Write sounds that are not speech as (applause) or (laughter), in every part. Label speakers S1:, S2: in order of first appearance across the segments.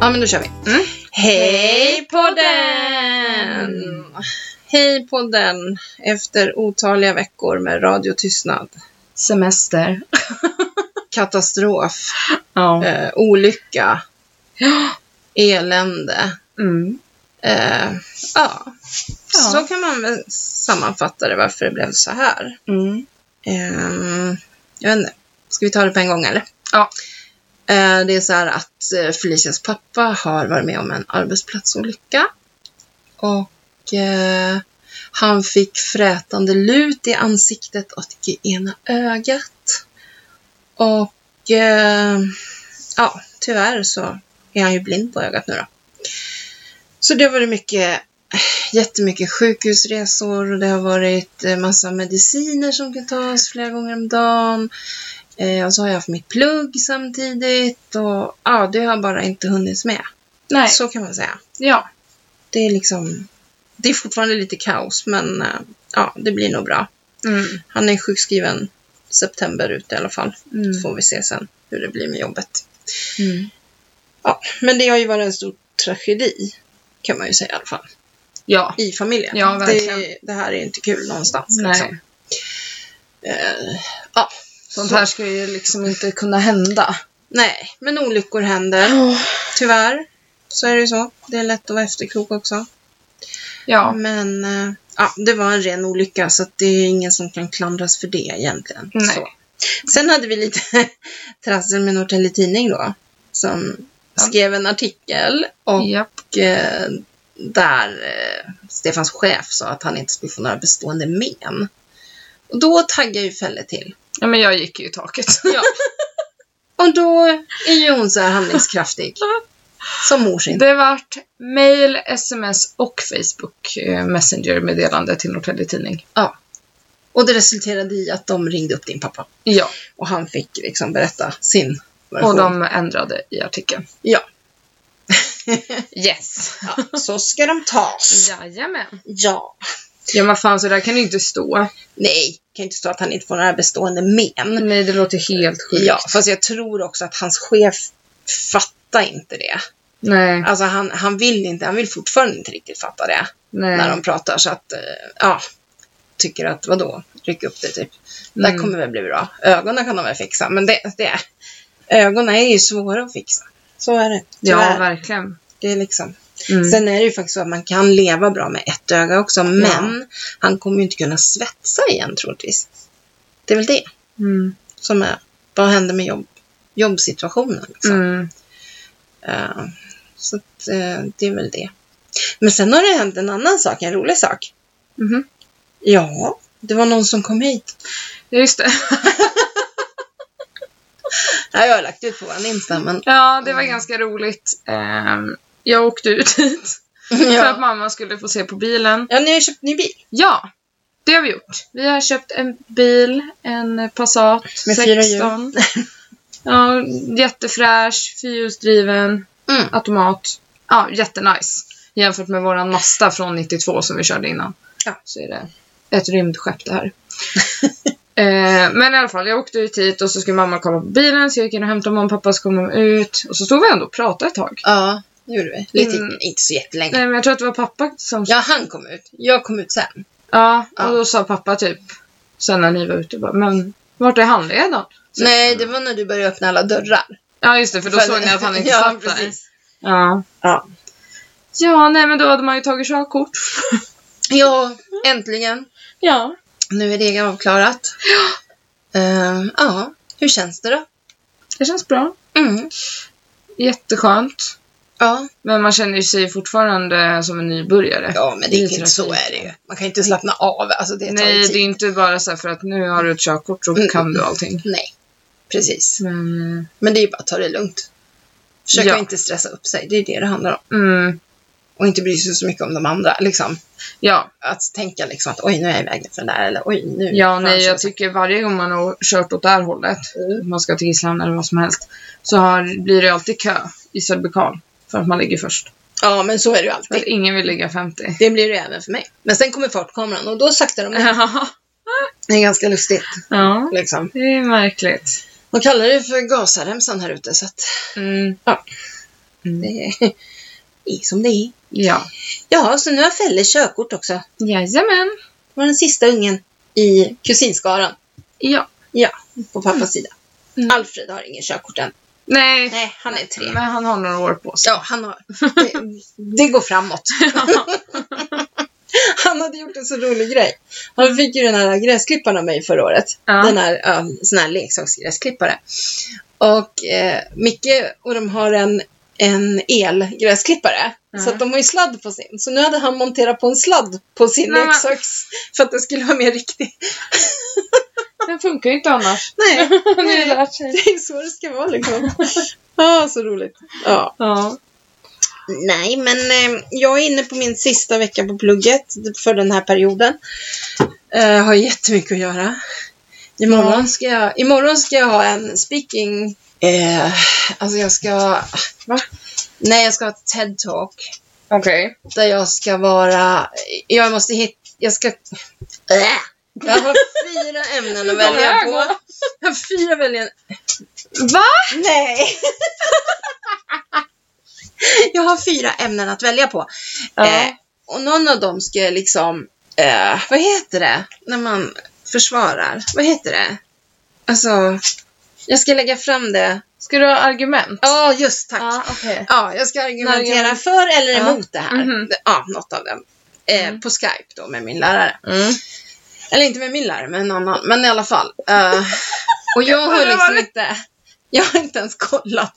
S1: Ja, men då kör vi. Mm. Hej podden! Hej podden! Efter otaliga veckor med radiotystnad,
S2: Semester.
S1: katastrof,
S2: Ja.
S1: eh, olycka, elände.
S2: Mm.
S1: Eh, ja.
S2: Ja.
S1: så kan man väl sammanfatta det varför det blev så här.
S2: Mm.
S1: Eh, jag vet inte, ska vi ta det på en gång eller?
S2: Ja.
S1: Eh, det är så här att eh, Felicias pappa har varit med om en arbetsplatsolycka. Och eh, han fick frätande lut i ansiktet och i ena ögat. Och eh, ja, tyvärr så är han ju blind på ögat nu då. Så det har varit mycket, jättemycket sjukhusresor och det har varit eh, massa mediciner som kan tas flera gånger om dagen. Eh, och så har jag haft mitt plugg samtidigt och ja, det har bara inte hunnits med.
S2: Nej.
S1: Så kan man säga.
S2: Ja.
S1: Det är liksom, det är fortfarande lite kaos men eh, ja, det blir nog bra.
S2: Mm.
S1: Han är sjukskriven september ut i alla fall.
S2: Mm.
S1: Får vi se sen hur det blir med jobbet.
S2: Mm.
S1: Ja, men det har ju varit en stor tragedi kan man ju säga i alla fall.
S2: Ja.
S1: I familjen.
S2: Ja, verkligen.
S1: det, det här är inte kul någonstans.
S2: Nej.
S1: Liksom. Eh, ja,
S2: Sånt
S1: Så-
S2: här ska ju liksom inte kunna hända.
S1: nej, men olyckor händer. Tyvärr så är det ju så. Det är lätt att vara efterklok också.
S2: Ja.
S1: Men eh, ja, det var en ren olycka så att det är ingen som kan klandras för det egentligen.
S2: Nej.
S1: Så. Sen hade vi lite (laughs) trassel med Norrtelje Tidning då. Som
S2: Ja.
S1: skrev en artikel och
S2: Japp.
S1: eh, där eh, Stefans chef sa att han inte skulle få några bestående men. Och då taggade ju Felle till.
S2: Ja, men jag gick ju i taket.
S1: Ja. Och då är ju hon så här handlingskraftig. Som mor sin.
S2: (laughs) Det vart mail, sms och Facebook eh, Messenger-meddelande till Norrtelje Tidning.
S1: Ja. Och det resulterade i att de ringde upp din pappa.
S2: Ja,
S1: Och han fick liksom berätta sin version.
S2: och de ändrade i artikeln.
S1: Ja.
S2: Yes.
S1: ja, så ska de tas. Ja.
S2: Jajamän.
S1: ja.
S2: Ja, men fan, så där kan det ju inte stå.
S1: Nej, kan inte stå att han inte får några bestående men.
S2: Nej, det låter helt sjukt.
S1: Ja, fast jag tror också att hans chef fattar inte det.
S2: Nej,
S1: Alltså han, han vill inte, han vill fortfarande inte riktigt fatta det
S2: nej.
S1: när de pratar så att, eh, ja, tycker att vadå, ryck upp det typ. Det här
S2: Mm.
S1: kommer väl bli bra. Ögonen kan de väl fixa, men det, det ögonen är ju svåra att fixa. Så är det.
S2: Ja,
S1: Tyvärr.
S2: verkligen.
S1: det är liksom.
S2: Mm.
S1: Sen är det ju faktiskt så att man kan leva bra med ett öga också, men han kommer ju inte kunna svetsa igen troligtvis. Det är väl det
S2: Mm.
S1: som är, vad händer med jobb, jobbsituationen liksom.
S2: Mm.
S1: Eh, så att, eh, det är väl det. Men sen har det hänt en annan sak, en rolig sak.
S2: Mhm.
S1: Ja, det var någon som kom hit.
S2: Ja, just det. (laughs)
S1: Ja, jag har lagt ut på vår Insta, men...
S2: Ja, det var ganska roligt. Ehm, jag åkte ut (laughs) hit för
S1: (laughs)
S2: att
S1: Ja,
S2: mamma skulle få se på bilen.
S1: ja ni har ju köpt ny bil.
S2: Ja, det har vi gjort. Vi har köpt en bil, en Passat
S1: Med
S2: 16.
S1: fyra hjul.
S2: Ja, jättefräsch, fyrhjulsdriven,
S1: Mm.
S2: automat. Ja, jättenice. Jämfört med våran Mazda från 92 som vi körde innan.
S1: Ja.
S2: Så är det ett rymdskepp det här. (laughs) eh, men i alla fall, jag åkte ut hit och så skulle mamma kolla på bilen så jag gick in och hämtade mamma och pappa så kom de ut. Och så stod vi ändå och pratade ett tag.
S1: Ja, det gjorde vi. Lite,
S2: Mm.
S1: Inte så jättelänge.
S2: Nej, men jag tror att det var pappa som...
S1: Ja, han kom ut. Jag kom ut sen.
S2: Ja,
S1: Ja.
S2: och då sa pappa typ sen när ni var ute bara, men vart är handledaren? Så-
S1: Nej, det var när du började öppna alla dörrar.
S2: Ja, just det, för då såg ni att han inte
S1: (laughs) ja,
S2: satt där.
S1: precis.
S2: Ja.
S1: Ja.
S2: ja, nej men då hade man ju tagit körkort.
S1: ja, äntligen.
S2: Ja.
S1: Nu är det avklarat. Ja. ja, hur känns det då?
S2: Det känns bra.
S1: Mm.
S2: Jätteskönt.
S1: Ja.
S2: Men man känner ju sig fortfarande som en nybörjare.
S1: ja, men det är
S2: I
S1: ju inte så
S2: trafiken.
S1: är det ju. Man kan ju inte slappna av. Alltså, det tar ju
S2: Nej,
S1: tid.
S2: det är inte bara så här för att nu har du ett körkort så
S1: Mm.
S2: kan du allting.
S1: Nej, precis.
S2: Men, eh,
S1: Men det är ju bara att ta det lugnt. Försök
S2: Ja.
S1: att inte stressa upp sig. Det är det det handlar om.
S2: mm,
S1: Och inte bry sig så mycket om de andra. Liksom.
S2: ja,
S1: Att tänka liksom att oj, nu är jag i vägen för den där. Eller oj, nu.
S2: ja
S1: får han
S2: nej,
S1: köra
S2: jag
S1: så-
S2: tycker varje gång man har kört åt det här hållet,
S1: Mm.
S2: man ska till Island eller vad som helst, så har, blir det alltid kö i Söderbykarl för att man ligger först.
S1: Ja, men så är det ju
S2: För att
S1: alltid.
S2: ingen vill
S1: (laughs)
S2: ligga 50.
S1: Det blir det ju även för mig. Men sen kommer fartkameran och då saktar de ner.
S2: Ja.
S1: Det är ganska lustigt.
S2: (laughs) ja,
S1: Liksom.
S2: det är märkligt.
S1: De kallar det för gasaremsan här ute. Så att,
S2: Mm.
S1: Ja.
S2: Mm.
S1: Det (laughs) är som det är.
S2: Ja.
S1: Ja, så nu har Felle körkort också. Det
S2: Jajamän.
S1: var den sista ungen i kusinskaran
S2: Ja.
S1: på pappas sida.
S2: Mm.
S1: Alfred har ingen körkort än.
S2: Nej.
S1: Nej, han är tre.
S2: Men han har några år på sig.
S1: Ja, han har. Det, det går (laughs) framåt. Han hade gjort en så rolig grej. Han fick ju den här gräsklipparen av mig förra året.
S2: Ja.
S1: Den här, Mm. ja, sån här leksaksgräsklippare. Och eh, Micke och de har en, en elgräsklippare.
S2: Ja.
S1: Så att de har ju sladd på sin. Så nu hade han monterat på en sladd på sin
S2: Nej, men-
S1: leksaks. För att den skulle vara mer riktig.
S2: Den funkar ju inte annars.
S1: (laughs) Nej,
S2: Han har ju
S1: nej.
S2: lärt sig.
S1: Det är så det ska vara liksom. Ja, så roligt. Ja.
S2: Ja.
S1: Nej, men eh, jag är inne på min sista vecka på plugget för den här perioden. Eh, har jättemycket att göra. Imorgon ska jag, imorgon ska jag ha en speaking... Eh, alltså jag ska... Va? Nej, jag ska ha ett TED-talk.
S2: Okej.
S1: Där jag ska vara... Jag måste hitta... Jag ska... Äh! Jag har fyra ämnen att välja på. Jag har fyra välja...
S2: Va?
S1: Nej! (laughs) jag har fyra ämnen att välja på. Eh, och någon av dem ska jag liksom, eh, vad heter det, när man försvarar, vad heter det? Alltså, jag ska lägga fram det.
S2: Ska du ha argument?
S1: Ja, just tack. Ja.
S2: Ja, okej.
S1: jag ska argumentera
S2: Argument.
S1: för eller
S2: Ja.
S1: emot det här.
S2: Mhm.
S1: Det- Ja, något av dem. Eh,
S2: Mm.
S1: På Skype då med min lärare.
S2: Mm.
S1: Eller inte med min lärare, men en annan. Men i alla fall.
S2: (laughs)
S1: Eh, och jag har
S2: Vad var
S1: liksom
S2: det?
S1: inte, jag har inte ens kollat.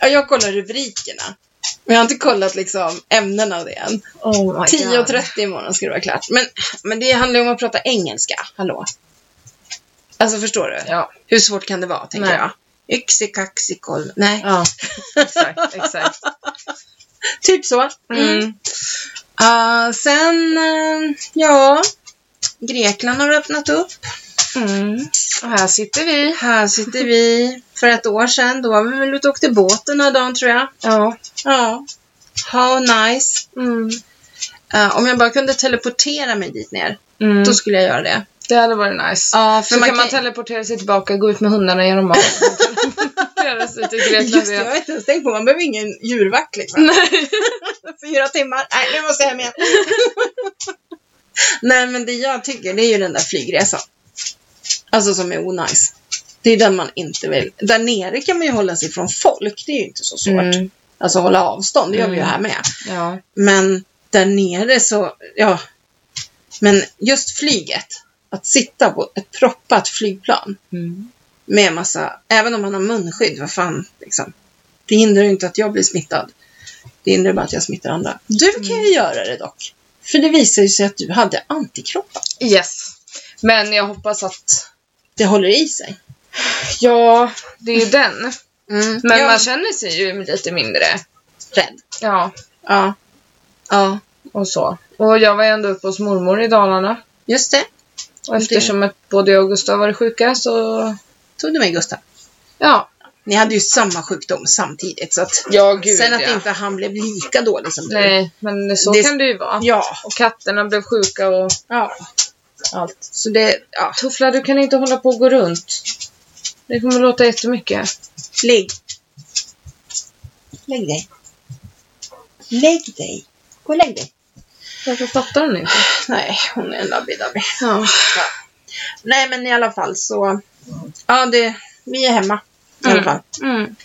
S1: Ja, Jag kollar rubrikerna. Men jag har inte kollat liksom ämnena och det än.
S2: Oh my
S1: 10.30 imorgon ska det vara klart. Men, men det handlar ju om att prata engelska. Hallå? Alltså förstår du?
S2: Ja.
S1: Hur svårt kan det vara, tänker
S2: Nej.
S1: jag. Yxikaxikolv. Nej,
S2: Ja. Exakt, exakt.
S1: typ så. Mm.
S2: Mm.
S1: Ah, sen, eh, ja. Grekland har öppnat upp.
S2: Mm. Och här sitter vi.
S1: Här sitter vi. För ett år sedan, då var vi väl ute och åkte båt den här dagen tror jag.
S2: Ja.
S1: Ja. How nice.
S2: Mm.
S1: Ah, om jag bara kunde teleportera mig dit ner,
S2: Mm.
S1: då skulle jag göra det.
S2: Det hade varit nice.
S1: Ja,
S2: Så kan man teleportera sig tillbaka, gå ut med hundarna genom (laughs) magen. teleportera sig till Grekland
S1: Just det, jag
S2: igen.
S1: har inte ens tänkt på. Man behöver ingen djurvakt liksom.
S2: Nej.
S1: (laughs) Fyra timmar. Nej, nu måste jag hem igen. Nej, men det jag tycker det är ju den där flygresan. Alltså som är onajs. Det är den man inte vill. Där nere kan man ju hålla sig från folk. Det är ju inte så svårt.
S2: Mm.
S1: Alltså hålla avstånd, det gör vi ju
S2: Mm.
S1: här med.
S2: Ja.
S1: Men där nere så, ja. Men just flyget. Att sitta på ett proppat flygplan
S2: Mm.
S1: med massa, även om man har munskydd, vad fan, liksom. Det hindrar ju inte att jag blir smittad. Det hindrar bara att jag smittar andra. Du kan
S2: Mm.
S1: ju göra det dock. För det visar ju sig att du hade antikroppar.
S2: Yes. Men jag hoppas att...
S1: Det håller i sig.
S2: Ja, det är ju den. Mm. Men
S1: jag
S2: man känner sig ju lite mindre.
S1: är rädd.
S2: Ja,
S1: Ja. Ja,
S2: och så. Och jag var ju ändå uppe hos mormor i Dalarna.
S1: just det.
S2: Och eftersom att både jag och Gustav var sjuka så...
S1: Tog du mig Gustav?
S2: Ja.
S1: Ni hade ju samma sjukdom samtidigt. Så att,
S2: Ja, gud
S1: sen att
S2: ja.
S1: inte han blev lika dålig som du.
S2: Nej, men så
S1: Det-
S2: kan det ju vara.
S1: Ja.
S2: Och katterna blev sjuka och
S1: ja.
S2: allt.
S1: Så det, ja.
S2: Tuffla, du kan inte hålla på och gå runt. Det kommer låta jättemycket.
S1: Ligg. Lägg dig. Lägg dig. Gå och lägg dig.
S2: Varför fattar hon inte?
S1: Nej, hon är en labbidabbi.
S2: Ja.
S1: Nej, men i alla fall så. Ja, det, vi är hemma. I alla
S2: Mm.
S1: fall.
S2: Mm.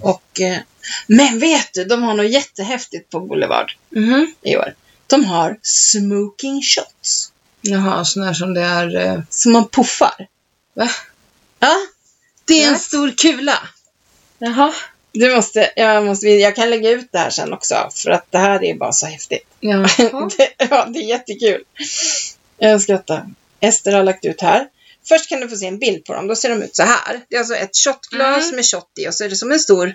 S1: Och, eh, men vet du, de har något jättehäftigt på Boulevard
S2: Mhm.
S1: i år. De har smoking shots.
S2: Jaha, sån här som det är... eh,
S1: Som man puffar.
S2: Va?
S1: Ja, det är en
S2: Nej.
S1: stor kula.
S2: Jaha.
S1: Du måste, jag, måste, jag kan lägga ut det här sen också. För att det här är bara så häftigt.
S2: (laughs) Jaha.
S1: (laughs) Det, ja, det är jättekul. Jag skrattar. Ester har lagt ut här. Först kan du få se en bild på dem. Då ser de ut så här. Det är alltså ett shotglas
S2: Mm.
S1: med shot i och så är det som en stor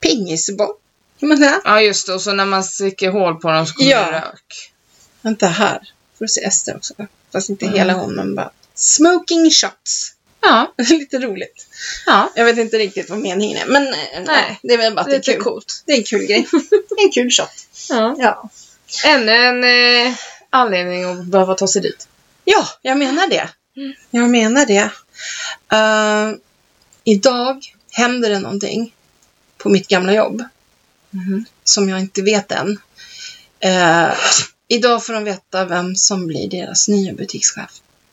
S1: pingisboll. Kan man säga?
S2: Ja, just det. Och så när man sticker hål på dem så kommer
S1: Ja.
S2: det rök.
S1: Vänta här. Får du se Ester också. Fast inte
S2: Mm.
S1: hela hon, men bara smoking shots. (laughs)
S2: Ja.
S1: Lite roligt.
S2: Ja.
S1: Jag vet inte riktigt vad meningen är, men eh, Ja,
S2: Nej.
S1: det är väl bara att det är
S2: Lite
S1: kul.
S2: coolt.
S1: Det är en kul
S2: (laughs)
S1: grej. Det är en kul shot.
S2: Ja.
S1: Ja.
S2: Ännu en eh, anledning att behöva ta sig dit.
S1: Ja, jag menar det.
S2: Mm.
S1: Jag menar det. Eh, idag händer det någonting på mitt gamla jobb
S2: Mhm.
S1: som jag inte vet än. Eh, idag får de veta vem som blir deras nya butikschef.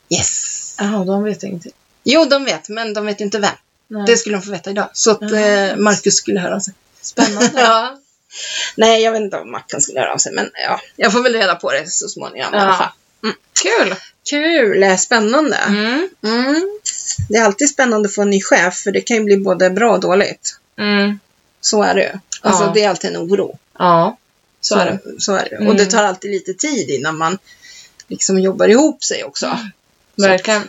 S1: Yes!
S2: Jaha, de vet ingenting.
S1: Jo, de vet, men de vet inte vem.
S2: Nej.
S1: Det skulle de få veta idag. Så att eh, Marcus skulle höra av sig.
S2: (laughs) Spännande.
S1: (laughs) ja. Nej, jag vet inte om Mackan skulle höra av sig, men ja, jag får väl reda på det så småningom i alla fall.
S2: Ja. Kul!
S1: Kul! Spännande!
S2: Mm.
S1: Mm. Det är alltid spännande att få en ny chef, för det kan ju bli både bra och dåligt.
S2: Mm.
S1: Så är det ju. Alltså,
S2: Ja.
S1: det är alltid en oro.
S2: Ja.
S1: Så är det. Så är det.
S2: Mm.
S1: Och det tar alltid lite tid innan man liksom jobbar ihop sig också. Så,
S2: Verkligen.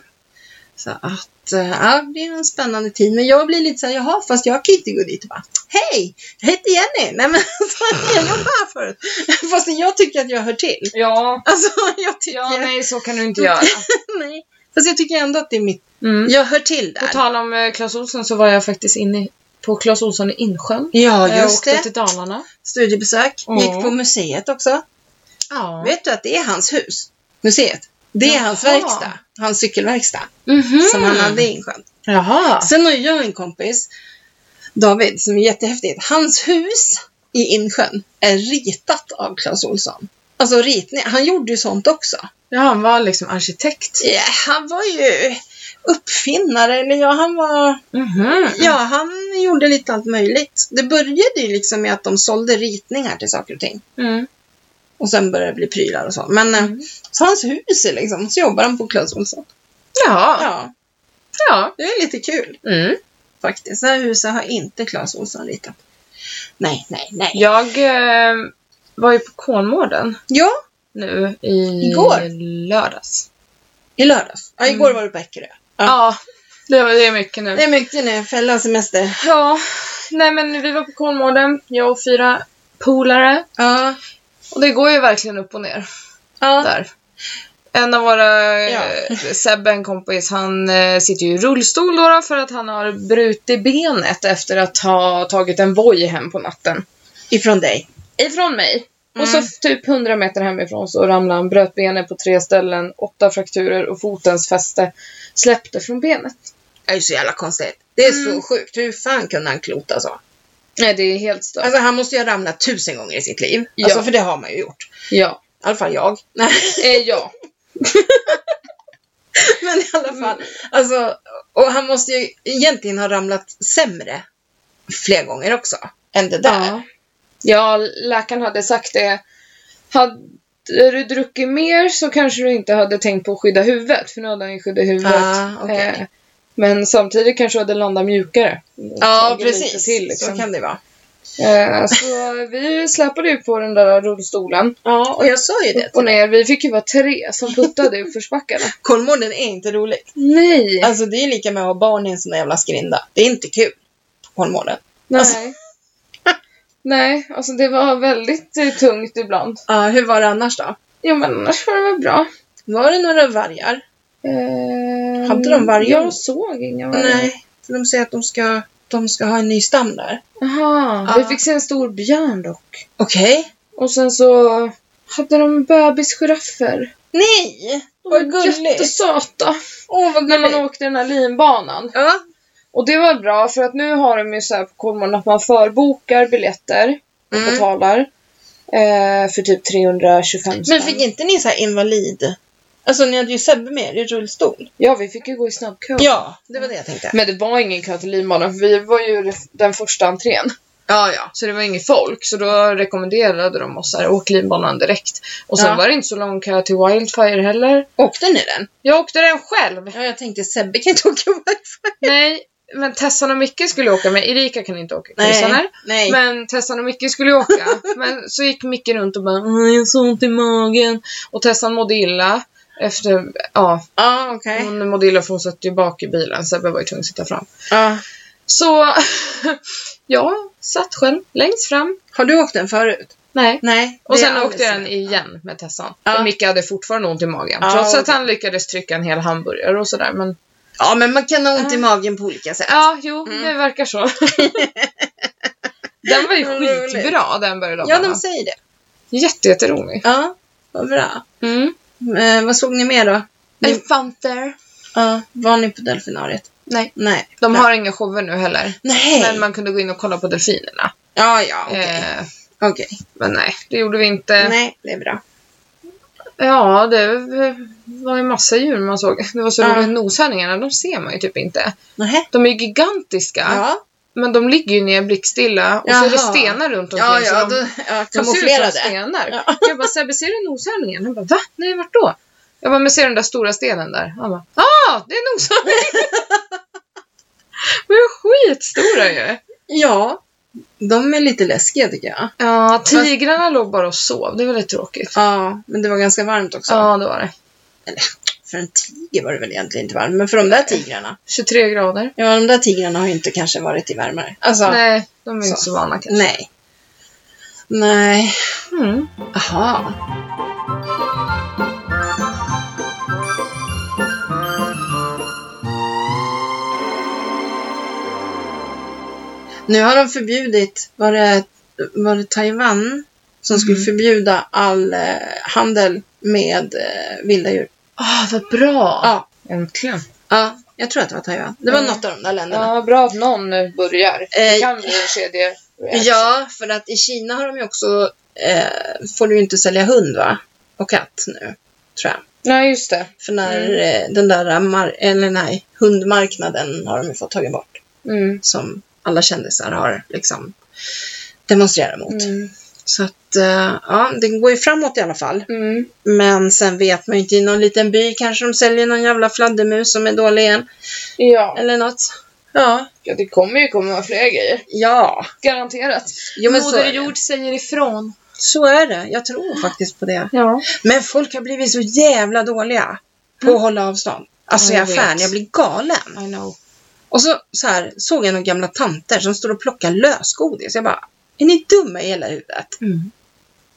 S1: så att, eh, ja, det är en spännande tid. Men jag blir lite så här, jaha, fast jag kan inte gå dit och bara, hej, jag heter Jenny. Nej men, (laughs) jag jobbade här förut. (laughs) Fast jag tycker att jag hör till.
S2: Ja.
S1: Alltså, jag tycker...
S2: Ja, nej, så kan du inte (laughs) göra.
S1: (laughs) nej. Fast jag tycker ändå att det är mitt,
S2: Mm.
S1: jag hör till
S2: På
S1: där.
S2: tal om eh, Clas Ohlson så var jag faktiskt inne i- på Clas Ohlson i Insjön.
S1: Ja,
S2: jag
S1: just
S2: åkte
S1: det.
S2: till Dalarna.
S1: Studiebesök.
S2: Mm.
S1: Gick på museet också.
S2: Ja.
S1: Vet du att det är hans hus? Museet. Det är hans
S2: Jaha.
S1: verkstad. Hans cykelverkstad.
S2: Mhm.
S1: som han hade i Insjön.
S2: Jaha.
S1: Sen har jag en kompis, David, som är jättehäftigt. Hans hus i Insjön är ritat av Clas Ohlson. Alltså ritning. Han gjorde ju sånt också.
S2: Ja, han var liksom arkitekt.
S1: Ja, han var ju uppfinnare, eller ja, han var...
S2: Mhm.
S1: Ja, han gjorde lite allt möjligt. Det började ju liksom med att de sålde ritningar till saker och ting.
S2: Mm.
S1: Och sen började det bli prylar och så. Men eh,
S2: Mm.
S1: så hans hus är liksom, så jobbar han på Clas Ohlson.
S2: Ja.
S1: Ja,
S2: Ja.
S1: det är lite kul.
S2: Mm.
S1: faktiskt. Det här huset har inte Clas Ohlson ritat. Nej, nej, nej.
S2: Jag eh, var ju på Kolmården
S1: Ja,
S2: nu i
S1: Igår.
S2: lördags.
S1: i lördags. Ja, igår
S2: Mm.
S1: var du på Eckerö.
S2: Ja.
S1: Ja.
S2: Det, var, det är mycket nu.
S1: Det är mycket nu, fälla semester.
S2: Ja, nej men vi var på Kolmården, jag och fyra polare.
S1: Ja,
S2: Och det går ju verkligen upp och ner
S1: ja.
S2: där. En av våra,
S1: Ja.
S2: eh, Sebbe, en kompis, han eh, sitter ju i rullstol då, då för att han har brutit benet efter att ha tagit en voj hem på natten.
S1: Ifrån dig.
S2: Ifrån mig. Och
S1: Mm.
S2: så typ 100 meter hemifrån så ramlade han, bröt benet på tre ställen, åtta frakturer och fotens fäste släppte från benet.
S1: Det är ju så jävla konstigt. Det är
S2: Mm.
S1: så sjukt. Hur fan kunde han klota så?
S2: Nej, det är helt stört.
S1: Alltså han måste ju ha ramlat tusen gånger i sitt liv.
S2: Ja.
S1: Alltså för det har man ju gjort.
S2: Ja.
S1: I alla fall jag. (laughs) Nej,
S2: Eh, ja.
S1: men i alla fall. Alltså, och han måste ju egentligen ha ramlat sämre fler gånger också. Än det där.
S2: Ja. ja, läkaren hade sagt det. Hade du druckit mer så kanske du inte hade tänkt på att skydda huvudet, för nu hade han ju skyddat huvudet.
S1: Ah, okej.
S2: Eh, men samtidigt kanske du hade landat mjukare. Tagit lite Till, liksom.
S1: Så kan det vara.
S2: eh, så (laughs) vi släpade ju på den där rullstolen.
S1: Ja, och jag sa ju det
S2: Upp och ner. Vi fick ju vara tre som puttade
S1: (laughs)
S2: i uppförsbackarna.
S1: Kolmården är inte roligt.
S2: Nej!
S1: Alltså det är lika med att ha barn i en sån där jävla skrinda. Det är inte kul. på Kolmården.
S2: Nej.
S1: alltså-
S2: Nej, alltså det var väldigt eh, tungt ibland.
S1: Ja, hur var det annars då?
S2: Jo men annars var det väl bra.
S1: Var det några vargar?
S2: Eh,
S1: Hade de vargar?
S2: Jag såg inga vargar.
S1: Nej, för de säger att de ska, de ska ha en ny stam där.
S2: Aha,
S1: Ja.
S2: vi fick se en stor björn dock.
S1: Okej.
S2: Och sen så hade de bebisgiraffer.
S1: Nej!
S2: De
S1: Vad gulligt!
S2: jättesöta.
S1: Åh, vad
S2: När man
S1: gulligt!
S2: åkte den här linbanan.
S1: Ja,
S2: Och det var bra för att nu har de ju så här på Kolmården att man förbokar biljetter och
S1: Mm.
S2: betalar. Eh, för typ 325 spänn.
S1: men fick inte ni så här invalid? Alltså ni hade ju Sebbe med er i rullstol.
S2: Ja, vi fick ju gå i snabbkö.
S1: Ja, det var det jag tänkte.
S2: Men det var ingen kö till linbanan för vi var ju den första entrén.
S1: Ja, ja.
S2: Så det var inget folk, så då rekommenderade de oss att åka linbanan direkt. Och sen
S1: Ja.
S2: var det inte så lång kö till Wildfire heller.
S1: Åkte ni den?
S2: Jag åkte den själv!
S1: (laughs) Ja, jag tänkte Sebbe kan inte (laughs) åka varför.
S2: Nej, men Tessan och Micke skulle åka med. Erika kan inte åka kryssarna.
S1: Nej, nej.
S2: Men Tessan och Micke skulle
S1: (laughs)
S2: ju åka. Men så gick Micke runt och bara "Mm, jag har så ont i magen. Och Tessan mådde illa. Efter, ja,
S1: Ja, okej.
S2: hon mådde illa för hon satt ju bak i bilen. Sebbe var ju tvungen att sitta fram.
S1: Ja.
S2: Så (laughs) jag satt själv längst fram.
S1: Har du åkt den förut?
S2: Nej.
S1: Nej.
S2: Och
S1: det
S2: sen
S1: är
S2: åkte jag
S1: alldeles-
S2: den igen med Tessan.
S1: Ja.
S2: För Micke hade fortfarande ont i magen.
S1: Ja,
S2: trots att
S1: okej.
S2: han lyckades trycka en hel hamburgare och sådär. Men
S1: Ja, men man kan ha ont i
S2: Ah.
S1: magen på olika sätt.
S2: ja, jo,
S1: Mm.
S2: det verkar (laughs) så. den var ju
S1: Vad roligt.
S2: skitbra den berg
S1: Ja, de säger det.
S2: Jätte, jätterolig.
S1: Ja, vad bra.
S2: Mm.
S1: Eh, vad såg ni mer då?
S2: Eh. Elefanter.
S1: Ja, var ni på delfinariet?
S2: Nej.
S1: Nej.
S2: De
S1: Nej.
S2: har inga shower nu heller.
S1: Nej.
S2: Men man kunde gå in och kolla på delfinerna.
S1: Ja, ja, okej.
S2: Eh,
S1: Okej.
S2: men nej, det gjorde vi inte.
S1: Nej, det är bra.
S2: Ja, det var ju massa djur man såg. Det var så
S1: Ja.
S2: roligt. Noshörningarna, de ser man ju typ inte.
S1: Nähä.
S2: De är ju gigantiska,
S1: Ja,
S2: men de ligger ju ner blickstilla och så är det
S1: Jaha.
S2: stenar runt omkring.
S1: ja,
S2: så
S1: ja,
S2: de,
S1: då, ja
S2: de ser ut som
S1: kamouflerade.
S2: stenar. (laughs) Jag bara, Sebbe, ser du noshörningen? Han bara, va? Nej, vart då? Jag bara, men ser du den där stora stenen där? Han bara, ah, det är noshörningen! (laughs) men de är skitstora ju!
S1: Ja, de är lite läskiga tycker jag.
S2: Ja, tigrarna låg bara och sov. Det var lite tråkigt.
S1: Ja, men det var ganska varmt också.
S2: Ja, det var det.
S1: För en tiger var det väl egentligen inte varmt, men för de där tigrarna.
S2: 23 grader.
S1: Ja, de där tigrarna har ju inte kanske varit i värmare. Alltså, nej.
S2: Nej, de är inte
S1: Så.
S2: så vana kanske.
S1: Nej. Nej.
S2: Mm.
S1: Aha. Nu har de förbjudit, var det, var det Taiwan som skulle
S2: Mhm.
S1: förbjuda all eh, handel med eh, vilda djur?
S2: Ah, vad bra!
S1: Ja.
S2: Äntligen.
S1: ja, jag tror att det var Taiwan. Det var
S2: Mm.
S1: något av de där länderna.
S2: Ja, bra att någon nu börjar.
S1: Eh,
S2: Det kan bli en kedje.
S1: Ja, för att i Kina har de ju också, eh, får du ju inte sälja hund va? Och katt nu, tror jag.
S2: Nej, just det.
S1: För när
S2: Mm.
S1: eh, den där mar- eller nej, hundmarknaden har de ju fått tagit bort.
S2: Mm.
S1: Som alla kändisar har liksom demonstrerat mot.
S2: Mm.
S1: Så att, eh, ja, det går ju framåt i alla fall.
S2: Mm.
S1: Men sen vet man ju inte, i någon liten by kanske de säljer någon jävla fladdermus som är dålig igen.
S2: Ja.
S1: Eller något. Ja.
S2: ja, det kommer ju komma fler grejer.
S1: Ja.
S2: Garanterat.
S1: Jo, men så
S2: Moder
S1: är, det.
S2: jord säger ifrån.
S1: så är det. Jag tror faktiskt på det.
S2: Ja.
S1: Men folk har blivit så jävla dåliga på att hålla avstånd. Alltså
S2: Mm. Ja, jag
S1: i affären,
S2: vet.
S1: jag blir galen.
S2: I know.
S1: Och så, så här, såg jag några gamla tanter som står och plockar lösgodis. Jag bara, är ni dumma i hela huvudet?
S2: Mm.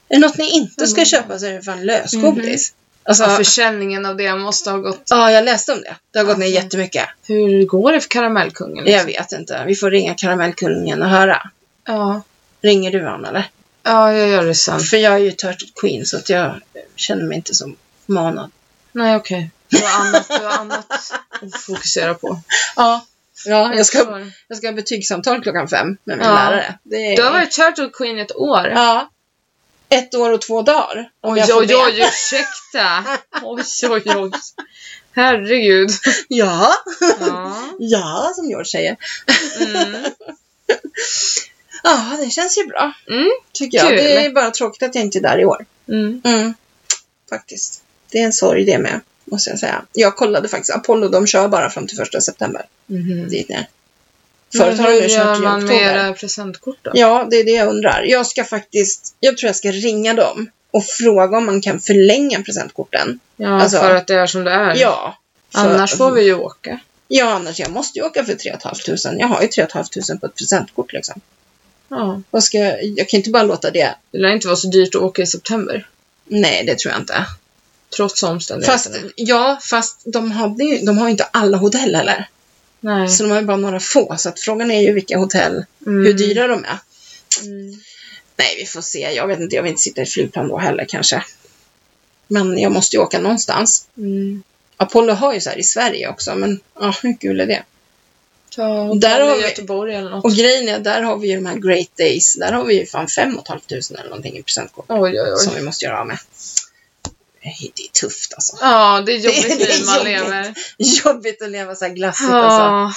S1: Är det något ni inte ska
S2: Mm. Mhm.
S1: köpa så är det fan lösgodis. Alltså,
S2: Ja,
S1: ja,
S2: försäljningen av det måste ha gått...
S1: jag läste om det. Det har gått ner
S2: Alltså.
S1: jättemycket.
S2: Hur går det för Karamellkungen?
S1: Jag vet inte. Vi får ringa Karamellkungen och höra.
S2: Ja.
S1: Ringer du han eller?
S2: ja, jag gör det sen.
S1: För jag är ju Turtle Queen så att jag känner mig inte så manad.
S2: Nej, okej. Det var annat, det var annat att fokusera på.
S1: Ja, ja jag, ska,
S2: förstår.
S1: jag ska ha betygssamtal klockan fem med min
S2: Ja.
S1: lärare. Det är...
S2: Du har varit Turtle Queen ett år.
S1: Ja. Ett år och två dagar. Om
S2: Oj,
S1: jag får
S2: oj,
S1: det.
S2: oj,
S1: (laughs)
S2: ursäkta! Oj, oj, oj. Herregud.
S1: Ja,
S2: Ja.
S1: ja, som George säger.
S2: Mm.
S1: Ja, det känns ju bra.
S2: Mm.
S1: Tycker jag.
S2: Kul.
S1: Det är bara tråkigt att jag inte är där i år.
S2: Mm.
S1: Mm. Faktiskt. Det är en sorg det med, måste jag säga. Jag kollade faktiskt. Apollo, de kör bara fram till första september.
S2: Mhm.
S1: Dit ner. Förut har de ju
S2: Hur
S1: kört
S2: gör
S1: i
S2: man med
S1: oktober.
S2: era presentkort då?
S1: Ja, det är det jag undrar. Jag ska faktiskt, jag tror jag ska ringa dem och fråga om man kan förlänga presentkorten.
S2: Ja,
S1: Alltså-
S2: för att det är som det är.
S1: Ja. För-
S2: Mm. Annars får vi ju åka.
S1: Ja, annars jag måste ju åka för 3 500. Jag har ju 3 500 på ett presentkort liksom.
S2: Ja.
S1: Vad ska jag, jag kan inte bara låta det.
S2: Det lär inte vara så dyrt att åka i september.
S1: Nej, det tror jag inte.
S2: Trots
S1: Fast,
S2: omständigheterna.
S1: ja, fast de, hade ju, de har ju inte alla hotell heller.
S2: Nej.
S1: Så de har ju bara några få. Så att frågan är ju vilka hotell,
S2: Mm.
S1: hur dyra de är.
S2: Mm.
S1: Nej, vi får se. Jag vet inte, jag vill inte sitta i flygplan då heller kanske. Men jag måste ju åka någonstans.
S2: Mm.
S1: Apollo har ju så här i Sverige också, men ja, hur kul är det?
S2: Ta
S1: Och där
S2: hotell
S1: har
S2: i
S1: vi-
S2: Göteborg eller något.
S1: Och grejen är, där har vi ju de här Great Days. Där har vi ju fan 5 500 eller någonting i presentkort.
S2: Oj, oj,
S1: som
S2: oj.
S1: vi måste göra av med. Det är tufft alltså.
S2: Ja, det är jobbigt
S1: Det är- det är
S2: liv man
S1: jobbigt. Alltså.
S2: lever.
S1: (laughs) Jobbigt att leva så här glassigt alltså.
S2: Ja.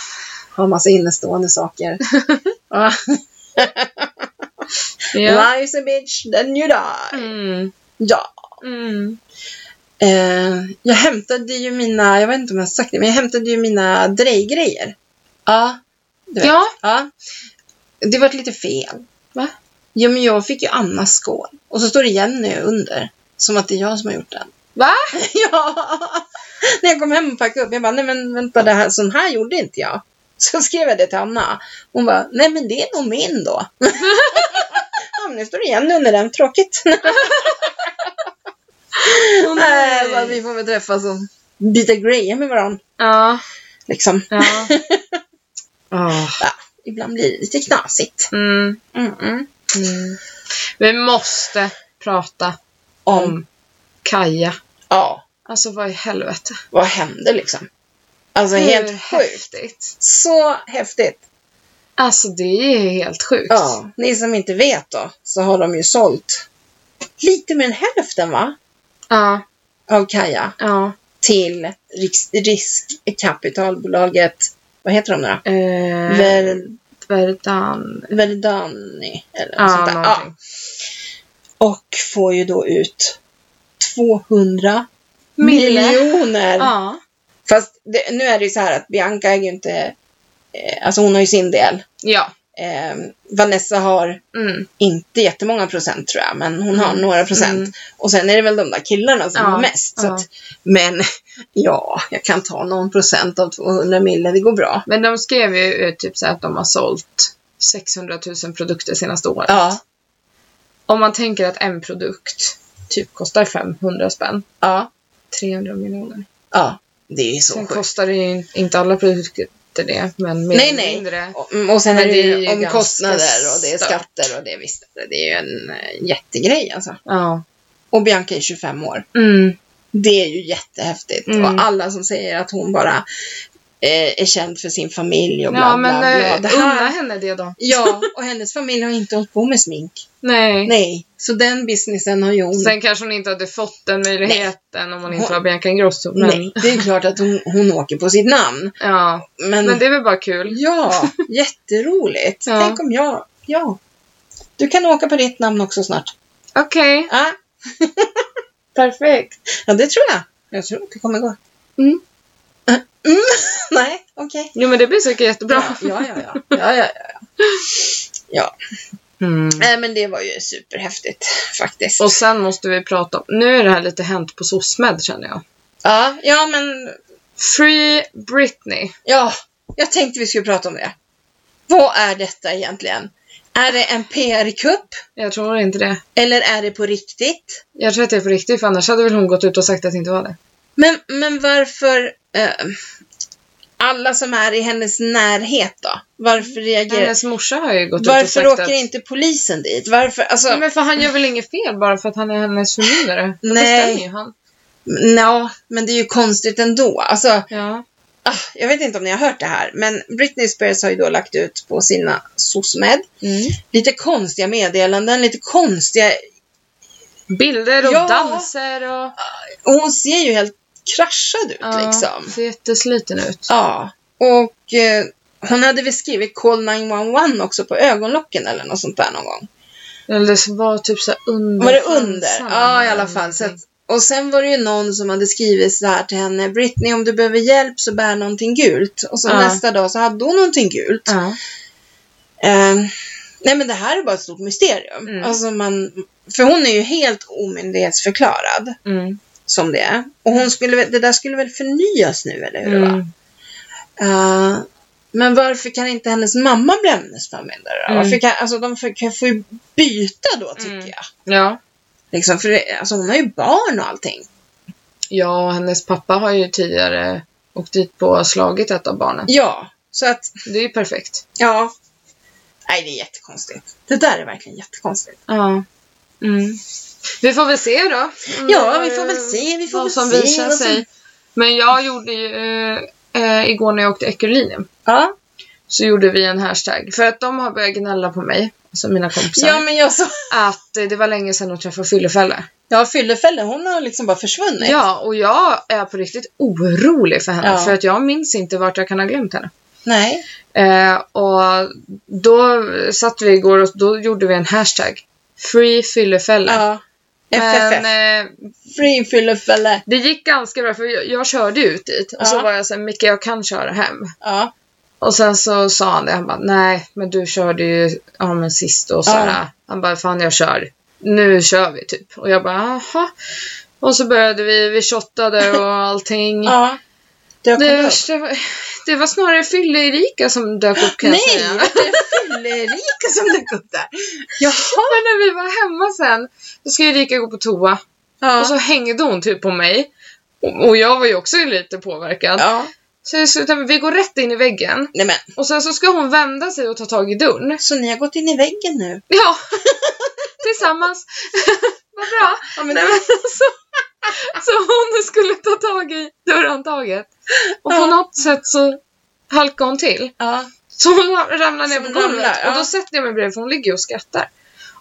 S1: Ha massa innestående saker. Ja.
S2: ja.
S1: Life's a bitch, then you die.
S2: Mm.
S1: Ja.
S2: Mm.
S1: Eh, jag hämtade ju mina, jag vet inte om jag har sagt det, men jag hämtade ju mina drejgrejer. Ja. Du vet.
S2: Ja.
S1: ja. Det var lite fel.
S2: Va?
S1: Jo, men jag fick ju Annas skål. Och så står det Jenny under. Som att det är jag som har gjort den.
S2: Va?
S1: (laughs) ja! När jag kom hem och packade upp, jag bara, nej men vänta, det här, sån här gjorde inte jag. Så (laughs) skrev jag det till Anna. Hon bara, nej men det är nog min (laughs) då. ja, men nu står det Jenny under den, tråkigt.
S2: Åh,
S1: Nej,
S2: nej.
S1: så vi får väl träffas och byta grejer med varandra.
S2: Ja.
S1: Liksom. (laughs)
S2: Ja. Ah.
S1: Ah. Ibland blir det lite knasigt.
S2: Mm.
S1: Mm -mm.
S2: Mm. Vi måste prata
S1: Om,
S2: om Kaja.
S1: ja,
S2: Alltså vad i helvete.
S1: vad hände liksom? Alltså
S2: Hur
S1: helt sjukt.
S2: häftigt.
S1: Så häftigt.
S2: Alltså det är helt sjukt.
S1: Ja, ni som inte vet då, så har de ju sålt lite mer än hälften va?
S2: Ja.
S1: Av Kaja
S2: ja.
S1: till risk, riskkapitalbolaget, vad heter de nu då?
S2: Eh,
S1: Ver,
S2: Verdun.
S1: Verdani eller något sånt där.
S2: Ja,
S1: Ja.
S2: någonting.
S1: Och får ju då ut 200
S2: Mille.
S1: miljoner.
S2: Ja.
S1: Fast det, nu är det ju så här att Bianca är ju inte, eh, alltså hon har ju sin del.
S2: Ja.
S1: Eh, Vanessa har
S2: Mm.
S1: inte jättemånga procent tror jag, men hon har
S2: Mm.
S1: några procent.
S2: Mm.
S1: Och sen är det väl de där killarna som
S2: Ja,
S1: har mest. Så
S2: ja.
S1: att, men (laughs) ja, jag kan ta någon procent av 200 mille, det går bra.
S2: Men de skrev ju ut typ så här att de har sålt 600 000 produkter senaste året.
S1: Ja,
S2: Om man tänker att en produkt typ kostar 500 spänn.
S1: ja,
S2: 300 miljoner.
S1: ja. Det är ju så
S2: Sen
S1: sjukt.
S2: kostar det ju inte alla produkter det, men mer
S1: Nej,
S2: eller
S1: nej.
S2: mindre.
S1: Och, mm, och sen
S2: Men
S1: är det
S2: det är
S1: ju
S2: ju
S1: om
S2: ganska
S1: kostnader och det är
S2: stört.
S1: skatter och det visst. Det är ju en eh, jättegrej alltså.
S2: Ja.
S1: Och Bianca är 25 år.
S2: Mm.
S1: Det är ju jättehäftigt.
S2: Mm.
S1: Och alla som säger att hon bara eh, är känd för sin familj och bla
S2: Ja,
S1: bla
S2: men
S1: bla. Det
S2: eh,
S1: här...
S2: unna henne det då.
S1: Ja, och hennes familj har inte hållit på med smink.
S2: Nej.
S1: Nej, så den businessen har ju hon.
S2: Sen kanske hon inte hade fått den möjligheten om hon inte
S1: Hon-
S2: var Bianca Ingrosso. Men,
S1: Nej, det är klart att hon, hon åker på sitt namn.
S2: Ja.
S1: Men,
S2: men det är väl bara kul. (laughs)
S1: ja, jätteroligt.
S2: Ja.
S1: Tänk om jag, ja. Du kan åka på ditt namn också snart.
S2: Okej.
S1: Ja,
S2: Perfekt.
S1: ja det tror jag. Jag tror att det kommer gå. (laughs)
S2: Mm.
S1: Äh, Mm. Nej, okej.
S2: Jo men det blir säkert jättebra.
S1: Ja, ja, ja. ja. ja, ja, ja.
S2: Mm.
S1: Nej, men det var ju superhäftigt faktiskt.
S2: Eh, Och sen måste vi prata om, nu är det här lite hänt på SOSMED känner jag.
S1: Ja, ja, men
S2: Free Britney.
S1: Ja, jag tänkte vi skulle prata om det. Vad är detta egentligen? Är det en PR-kupp?
S2: Jag tror inte det.
S1: Eller är det på riktigt?
S2: Jag tror att det är på riktigt för annars hade väl hon gått ut och sagt att det inte var det.
S1: Men, men varför... Eh, alla som är i hennes närhet då? Varför reagerar...
S2: Hennes morsa har ju gått ut och
S1: Varför
S2: sagt
S1: åker
S2: att...
S1: inte polisen dit? Varför? Alltså,
S2: Nej, men för han gör väl inget fel bara för att han är hennes förmyndare? Då
S1: Nej.
S2: bestämmer ju han.
S1: Nja, men det är ju konstigt ändå. Alltså,
S2: Ja.
S1: ah, jag vet inte om ni har hört det här, men Britney Spears har ju då lagt ut på sina SOSMED
S2: Mm.
S1: lite konstiga meddelanden, lite konstiga
S2: Bilder och
S1: Ja.
S2: danser och...
S1: Och hon ser ju helt kraschad ut
S2: Ja,
S1: liksom.
S2: Ser jättesliten ut.
S1: Ja. Och eh, hon hade väl skrivit call 911 också på ögonlocken eller något sånt där någon gång.
S2: Eller så var typ så här under.
S1: Var det under?
S2: fransarna
S1: Ja, i alla
S2: eller
S1: fall. Så att,
S2: någonting.
S1: och sen var det ju någon som hade skrivit så här till henne. Britney, om du behöver hjälp så bär någonting gult. Och så
S2: Ja.
S1: nästa dag så hade hon någonting gult.
S2: Ja.
S1: Eh, nej, men det här är bara ett stort mysterium.
S2: Mm.
S1: Alltså man, för hon är ju helt omyndighetsförklarad
S2: Mm.
S1: som det är. Och hon skulle, väl- det där skulle väl förnyas nu, eller hur? det var?
S2: Mm.
S1: Eh, men varför kan inte hennes mamma bli hennes förmyndare då?
S2: Mm.
S1: Varför kan, alltså de får- kan få ju byta då tycker
S2: Mm.
S1: jag.
S2: Ja.
S1: Liksom, för det, alltså, hon har ju barn och allting.
S2: Ja, och hennes pappa har ju tidigare åkt dit på och slagit ett av barnen.
S1: Ja, så att,
S2: Det är ju perfekt.
S1: ja. Nej, det är jättekonstigt. Det där är verkligen jättekonstigt.
S2: Ja. Mm. Vi får väl se då. Mm,
S1: Ja, vi får väl se, vi får
S2: vad
S1: väl
S2: som
S1: se
S2: visar
S1: vad som-
S2: sig. Men jag gjorde ju eh, igår när jag åkte ekolinjen
S1: Ja,
S2: så gjorde vi en hashtag. För att de har börjat gnälla på mig, alltså mina kompisar,
S1: ja men jag så.
S2: att eh, det var länge sedan de träffade Fyllefälle.
S1: Ja, Fyllefälle, hon har liksom bara försvunnit.
S2: Ja, och jag är på riktigt orolig för henne
S1: Ja.
S2: för att jag minns inte vart jag kan ha glömt henne.
S1: Nej.
S2: Eh, och då satt vi igår och då gjorde vi en hashtag. Free Fyllefälle.
S1: Ja. FFF.
S2: Men eh,
S1: Free Fyllefälle.
S2: det gick ganska bra för jag, jag körde ut dit och så
S1: Ja.
S2: var jag såhär, Micke jag kan köra hem.
S1: Ja.
S2: Och sen så sa han det, han bara, nej men du körde ju ja, men sist och så
S1: Ja.
S2: här, Han bara, fan jag kör. Nu kör vi typ. Och jag bara, aha. Och så började vi, vi shottade och allting.
S1: Ja. Du har
S2: det,
S1: kommit upp.
S2: värsta var- det var snarare Fylle-Erika som dök upp kan jag
S1: Nej,
S2: säga.
S1: vart det Fylle-Erika som dök upp där?
S2: Jaha. (laughs) Men när vi var hemma sen, då ska Erika gå på toa.
S1: Ja.
S2: Och så hängde hon typ på mig. Och, och jag var ju också lite påverkad.
S1: ja.
S2: Så jag slutade, vi går rätt in i väggen.
S1: Nej men,
S2: Och sen så ska hon vända sig och ta tag i dörren. (laughs)
S1: så ni har gått in i väggen nu? (laughs)
S2: Ja, tillsammans. (laughs) Vad bra.
S1: Ja,
S2: Nej, men alltså, så hon skulle ta tag i dörrhandtaget. Och på
S1: Ja.
S2: något sätt så halkade hon till.
S1: Ja.
S2: Som hon ramlar ner
S1: Som
S2: på golvet.
S1: ramlar, ja.
S2: Och då sätter jag mig bredvid för hon ligger och skrattar.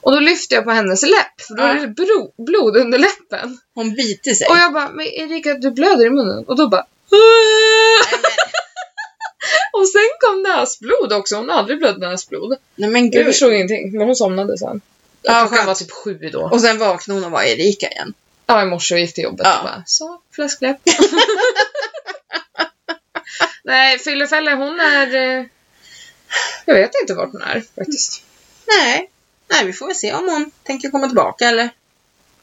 S2: Och då lyfter jag på hennes läpp, för då
S1: Ja.
S2: är det bro- blod under läppen.
S1: Hon biter sig.
S2: Och jag bara, men Erika du blöder i munnen. Och då bara,
S1: Nej, men,
S2: och sen kom näsblod också. Hon har aldrig blött näsblod.
S1: nej men
S2: Jag
S1: gud.
S2: förstod ingenting, men hon somnade sen.
S1: Ja,
S2: Ja, klockan
S1: skönt.
S2: var typ sju då.
S1: Och sen vaknade hon och var Erika igen.
S2: Ja, i morse och gick till jobbet
S1: Ja.
S2: och bara, så, fläskläpp. (laughs) Nej, Fyllefälle hon är... eh, Jag vet inte vart hon är faktiskt.
S1: Nej. Nej, vi får väl se om hon tänker komma tillbaka eller?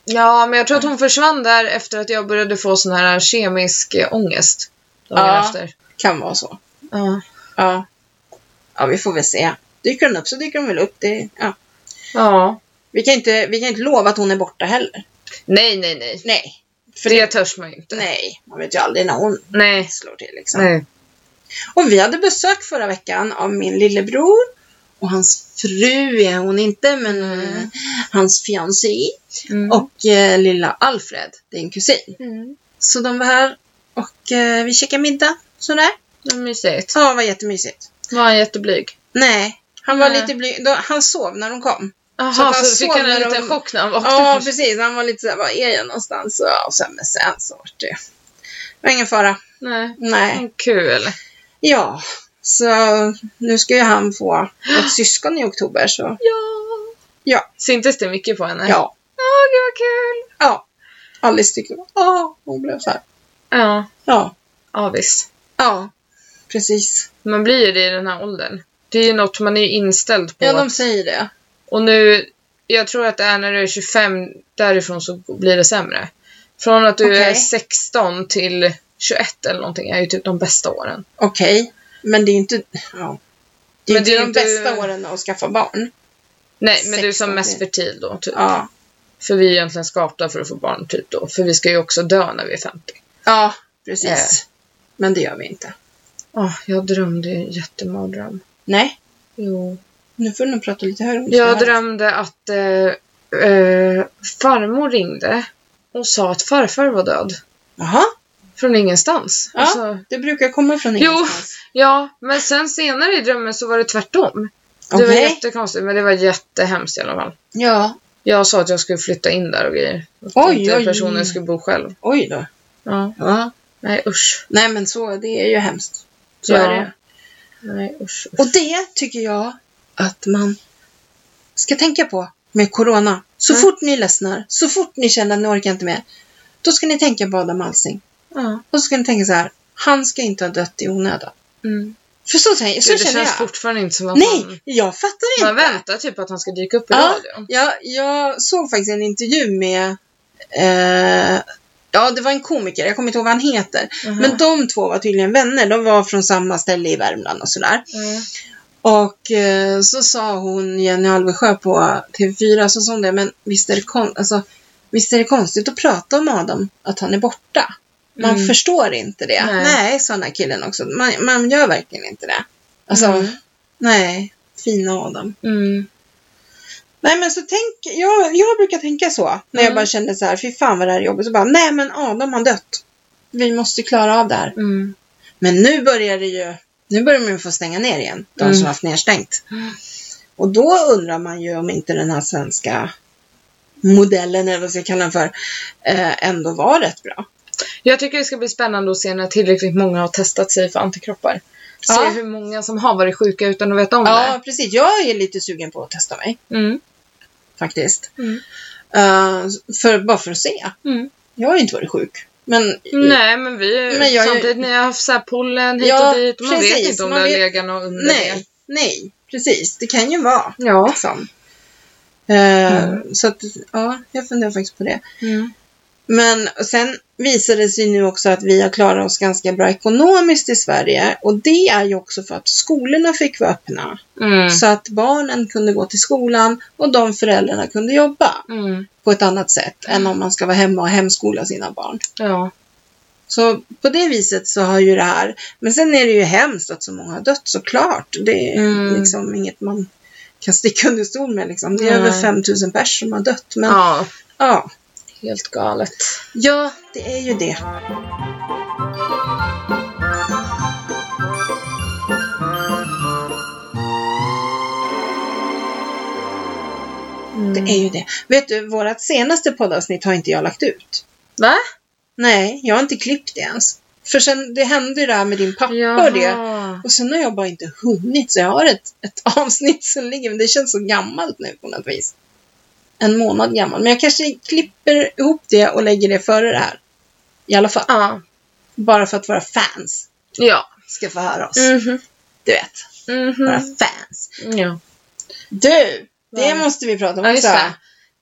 S2: Ja, men jag tror att hon försvann där efter att jag började få sån här kemisk eh, ångest. Dagen
S1: Ja.
S2: efter.
S1: Kan vara så.
S2: Ja.
S1: Ja. Ja, vi får väl se. Dyker hon upp så dyker hon väl upp. Det, ja.
S2: ja.
S1: vi, kan inte, vi kan inte lova att hon är borta heller.
S2: Nej, nej, nej.
S1: Nej.
S2: För det törs man ju inte.
S1: Nej, man vet ju aldrig när hon
S2: Nej.
S1: slår till liksom.
S2: nej.
S1: Och vi hade besök förra veckan av min lillebror och hans fru är hon inte, men eh, hans fiancé
S2: Mm.
S1: och eh, lilla Alfred, det är en kusin.
S2: Mm.
S1: Så de var här och eh, vi käkade middag sådär.
S2: Det var mysigt.
S1: Ja, det var jättemysigt.
S2: Var han jätteblyg?
S1: Nej, han var
S2: Nej.
S1: lite blyg. Då- Han sov när de kom.
S2: Jaha,
S1: Så att
S2: så,
S1: han
S2: fick
S1: sov
S2: han en
S1: när de-
S2: liten chock när han vaknade.
S1: Ja,
S2: (laughs)
S1: precis. Han var lite såhär, var är jag någonstans? Ja, Och sen, men sen så vart det... Det var ingen fara.
S2: Nej.
S1: Nej.
S2: Mm, Kul.
S1: Ja, så nu ska ju han få ett syskon i oktober så
S2: Ja.
S1: Ja.
S2: Syntes det mycket på henne?
S1: ja.
S2: Åh, gud vad kul!
S1: Ja. Alice tyckte, ja, hon blev så här.
S2: Ja,
S1: Ja.
S2: ja visst.
S1: Ja. Precis.
S2: Man blir ju det i den här åldern. Det är ju något man är ju inställd på.
S1: Ja, de säger det.
S2: Och nu, jag tror att det är när du är 25, därifrån så blir det sämre. Från att du är
S1: Okej.
S2: 16 till 21 eller någonting är ju typ de bästa åren.
S1: Okej. Men det är inte, ja. Det är
S2: Men
S1: inte
S2: det är
S1: de
S2: inte-
S1: bästa åren att skaffa barn.
S2: Nej, men du är
S1: 16
S2: som mest
S1: till-
S2: fertil då, typ.
S1: Ja.
S2: För vi är egentligen skapta för att få barn, typ då. För vi ska ju också dö när vi är 50.
S1: Ja,
S2: Eh.
S1: precis. Men det gör vi inte.
S2: Åh, jag drömde ju en jättemardröm.
S1: Nej.
S2: Jo.
S1: Nu får du nog prata lite högre om det
S2: Jag
S1: här.
S2: drömde att eh, eh, farmor ringde och sa att farfar var död.
S1: Jaha.
S2: Från ingenstans.
S1: Ja.
S2: Alltså,
S1: Det brukar komma från
S2: Jo.
S1: ingenstans.
S2: ja, men sen senare i drömmen så var det tvärtom. Det
S1: Okej.
S2: var jättekonstigt, men det var jättehemskt i alla fall.
S1: Ja.
S2: Jag sa att jag skulle flytta in där och grejer. Att
S1: Oj,
S2: inte
S1: oj.
S2: personen skulle bo själv.
S1: Oj då.
S2: Ja.
S1: Ja.
S2: Nej, usch.
S1: Nej, men så, det är ju hemskt. Så
S2: Ja.
S1: är det.
S2: Nej, usch. usch.
S1: Och det tycker jag att man ska tänka på med corona. Så
S2: Mm.
S1: fort ni ledsnar, så fort ni känner att ni orkar inte mer, då ska ni tänka på Adam Alsing.
S2: Ja.
S1: Och så ska ni tänka så här, han ska inte ha dött i onödan.
S2: Mm.
S1: För så, tänker, så
S2: det
S1: känner
S2: känns Mm.
S1: jag.
S2: fortfarande inte som att man,
S1: Nej, jag fattar inte.
S2: man väntar typ att han ska dyka upp i
S1: Ja.
S2: radion.
S1: Jag, jag såg faktiskt en intervju med, eh, ja det var en komiker, jag kommer inte ihåg vad han heter.
S2: Mhm.
S1: Men de två var tydligen vänner, de var från samma ställe i Värmland och sådär.
S2: Mm.
S1: Och eh, så sa hon, Jenny Alvesjö på TV4, så sa hon det, men visst är det, kon- alltså, visst är det konstigt att prata om Adam, att han är borta? Man
S2: Mm.
S1: förstår inte det.
S2: Nej.
S1: Nej, sa den här killen också. Man, man gör verkligen inte det. Alltså,
S2: Mm.
S1: nej, fina Adam.
S2: Mm.
S1: Nej, men så tänk, jag, jag brukar tänka så, när
S2: Mm.
S1: jag bara känner så här, fy fan vad det här är jobbigt, så bara, nej men Adam har dött. Vi måste klara av det här.
S2: Mm.
S1: Men nu börjar det ju, nu börjar man ju få stänga ner igen, de
S2: Mm.
S1: som haft nedstängt.
S2: Mm.
S1: Och då undrar man ju om inte den här svenska modellen, eller vad jag ska kalla den för, eh, ändå var rätt bra.
S2: Jag tycker det ska bli spännande att se när tillräckligt många har testat sig för antikroppar. Se
S1: Ja.
S2: hur många som har varit sjuka utan att veta om
S1: Ja, precis. Jag är lite sugen på att testa mig,
S2: det. Mm.
S1: faktiskt.
S2: Mm.
S1: Eh, för, bara för att se.
S2: Mm.
S1: Jag har ju inte varit sjuk. Men
S2: Nej, men vi...
S1: Men jag-
S2: samtidigt, ni har haft så här pollen hit
S1: Ja,
S2: och dit. och Man vet
S1: precis.
S2: inte om
S1: Man
S2: det har
S1: vet-
S2: legat något under
S1: nej,
S2: det.
S1: nej, precis. Det kan ju vara.
S2: Ja.
S1: Liksom. Eh,
S2: Mm.
S1: Så att, ja, jag funderar faktiskt på det. Men sen visar det sig nu också att vi har klarat oss ganska bra ekonomiskt i Sverige och det är ju också för att skolorna fick vara öppna
S2: Mm.
S1: så att barnen kunde gå till skolan och de föräldrarna kunde jobba
S2: Mm.
S1: på ett annat sätt
S2: Mm.
S1: än om man ska vara hemma och hemskola sina barn.
S2: Ja.
S1: Så på det viset så har ju det här, men sen är det ju hemskt att så många har dött såklart. Det är
S2: Mm.
S1: liksom inget man kan sticka under stol med liksom. Det är
S2: Nej.
S1: över 5000 personer som har dött. Men
S2: ja.
S1: ja,
S2: Helt galet.
S1: Ja, det är ju det. Det är ju det. Vet du, vårt senaste poddavsnitt har inte jag lagt ut.
S2: Va?
S1: Nej, jag har inte klippt det ens. För sen, det hände ju det här med din pappa och det. Och sen har jag bara inte hunnit, så jag har ett, ett (laughs) avsnitt som ligger, men det känns så gammalt nu på något vis. En månad gammal. Men jag kanske klipper ihop det och lägger det före det här. I alla fall.
S2: Ja.
S1: Bara för att våra fans
S2: Ja.
S1: ska få höra oss.
S2: Mhm.
S1: Du vet, våra
S2: Mhm.
S1: fans.
S2: Ja.
S1: Du! Det
S2: Ja.
S1: måste vi prata om
S2: Ja, just
S1: också.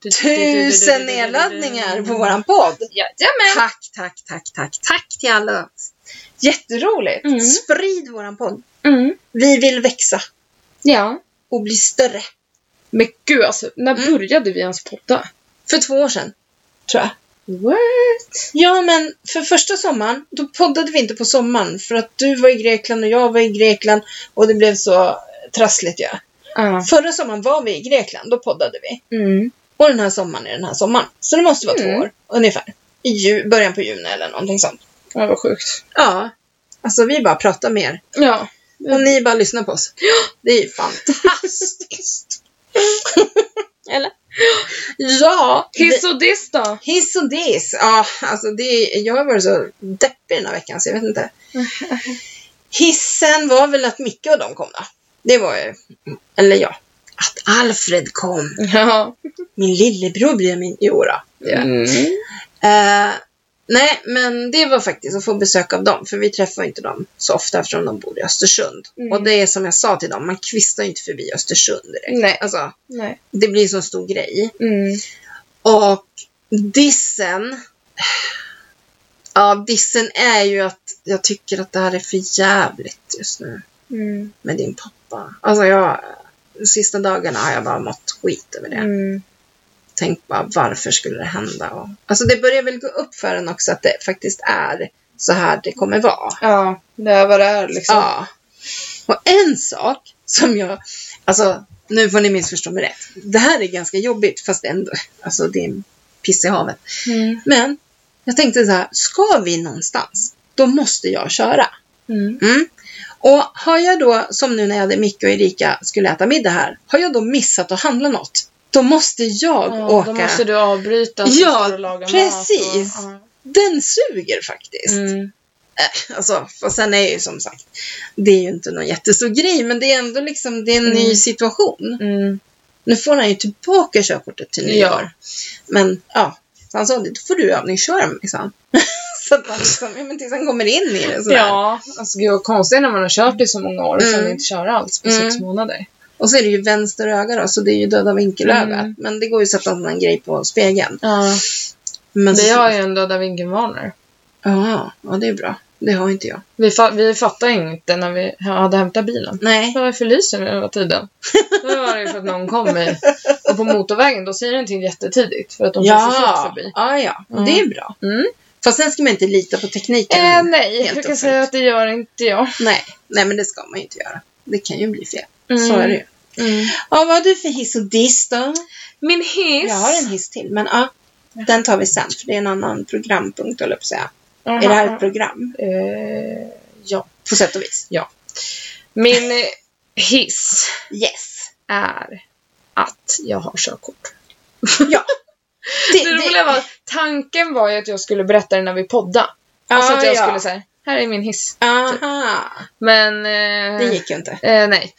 S2: det.
S1: Tusen nedladdningar på våran podd!
S2: Jajamän.
S1: Tack, tack, tack, tack, tack till alla. Jätteroligt!
S2: Mm.
S1: Sprid våran podd.
S2: Mm.
S1: Vi vill växa
S2: Ja.
S1: och bli större.
S2: Men gud alltså, när
S1: Mm.
S2: började vi ens podda?
S1: För två år sedan, tror jag.
S2: What?
S1: Ja, men för första sommaren, då poddade vi inte på sommaren för att du var i Grekland och jag var i Grekland och det blev så trassligt ju.
S2: Ja.
S1: Förra sommaren var vi i Grekland, då poddade vi.
S2: Mm.
S1: Och den här sommaren är den här sommaren. Så det måste vara
S2: Mm.
S1: två år, ungefär. I ju, början på juni eller någonting sånt.
S2: Ja, vad sjukt.
S1: Ja. Alltså vi bara pratar med er.
S2: Ja.
S1: Och ni bara lyssnar på oss. Det är ju fantastiskt. (laughs) eller? Ja.
S2: Hiss och diss då?
S1: Hiss och diss. Ja, alltså det, jag har varit så deppig den här veckan så jag vet
S2: (laughs)
S1: inte. Hissen var väl att Micke och de kom då. Det var ju, eller ja, att Alfred kom.
S2: (laughs) Ja.
S1: Min lillebror blev min, jo då. det gör jag.
S2: Mm.
S1: Eh, nej, men det var faktiskt att få besök av dem, för vi träffar inte dem så ofta eftersom de bor i Östersund.
S2: Mm.
S1: Och det är som jag sa till dem, man kvistar ju inte förbi Östersund direkt.
S2: Nej.
S1: Alltså,
S2: Nej.
S1: det blir en sån stor grej.
S2: Mm.
S1: Och dissen. Ja, dissen är ju att jag tycker att det här är för jävligt just nu
S2: Mm.
S1: med din pappa. Alltså jag, de sista dagarna har jag bara mått skit över det.
S2: Mm.
S1: Tänk bara varför skulle det hända? Och, alltså det börjar väl gå upp för en också att det faktiskt är så här det kommer vara.
S2: Ja, det är vad det är liksom.
S1: Ja. Och en sak som jag, alltså nu får ni missförstå mig rätt. Det här är ganska jobbigt fast ändå, alltså det är en piss i havet.
S2: Mm.
S1: Men jag tänkte så här, ska vi någonstans, då måste jag köra.
S2: Mm.
S1: Mm. Och har jag då, som nu när jag hade Micke och Erika skulle äta middag här, har jag då missat att handla något, då måste jag
S2: Ja,
S1: åka.
S2: Då måste du avbryta. så
S1: Ja,
S2: ska du laga mat
S1: precis.
S2: Och,
S1: Den suger faktiskt.
S2: ja. mm.
S1: Alltså, för sen är ju som sagt, det är ju inte någon jättestor grej, men det är ändå liksom, det är en
S2: Mm.
S1: ny situation.
S2: Mm.
S1: Nu får han ju tillbaka körkortet till nyår.
S2: Ja.
S1: Men ja, så han sa det, då får du övningsköra mig, sa han. (laughs) så att han liksom, ja, men tills han kommer in i det sådär.
S2: ja, alltså gud vad konstigt när man har kört i så många år och sen
S1: Mm.
S2: inte kör alls på
S1: Mm.
S2: sex månader.
S1: Och så är det ju vänster öga då, så det är ju döda vinkelögat.
S2: Mm.
S1: Men det går ju att sätta en sån här grej på spegeln.
S2: Ja.
S1: Men
S2: Vi
S1: så-
S2: har ju en döda vinkelvarnare.
S1: Ja, ja, det är bra. Det har inte jag.
S2: Vi, fa- vi fattade inte när vi hade hämtat bilen.
S1: Nej.
S2: Varför lyser den hela tiden? Då var det ju för att någon kom i. Och på motorvägen då säger den till jättetidigt för att de kör så fort
S1: Ja,
S2: förbi.
S1: ja, ja.
S2: Mm.
S1: Det är bra.
S2: Mm.
S1: Fast sen ska man inte lita på tekniken.
S2: Eh, nej,
S1: Mm. helt
S2: jag
S1: öppet.
S2: kan säga att det gör inte jag.
S1: Nej, nej men det ska man ju inte göra. Det kan ju bli fel.
S2: Mm.
S1: Så är det ju.
S2: Mm.
S1: Ja, vad har du för hiss och diss då?
S2: Min hiss.
S1: Jag har en hiss till, men ja. Den tar vi sen, för det är en annan programpunkt, höll jag på att säga.
S2: Aha.
S1: Är det här ett program?
S2: Eh, ja.
S1: På sätt och vis.
S2: Min eh, hiss (laughs)
S1: Yes.
S2: är att jag har körkort.
S1: Det,
S2: Det roliga var, tanken var ju att jag skulle berätta det när vi poddade. Alltså
S1: Ah,
S2: att jag
S1: ja.
S2: skulle säga, här är min hiss.
S1: Typ. Aha.
S2: Men... Eh,
S1: Det gick ju inte.
S2: Eh, nej.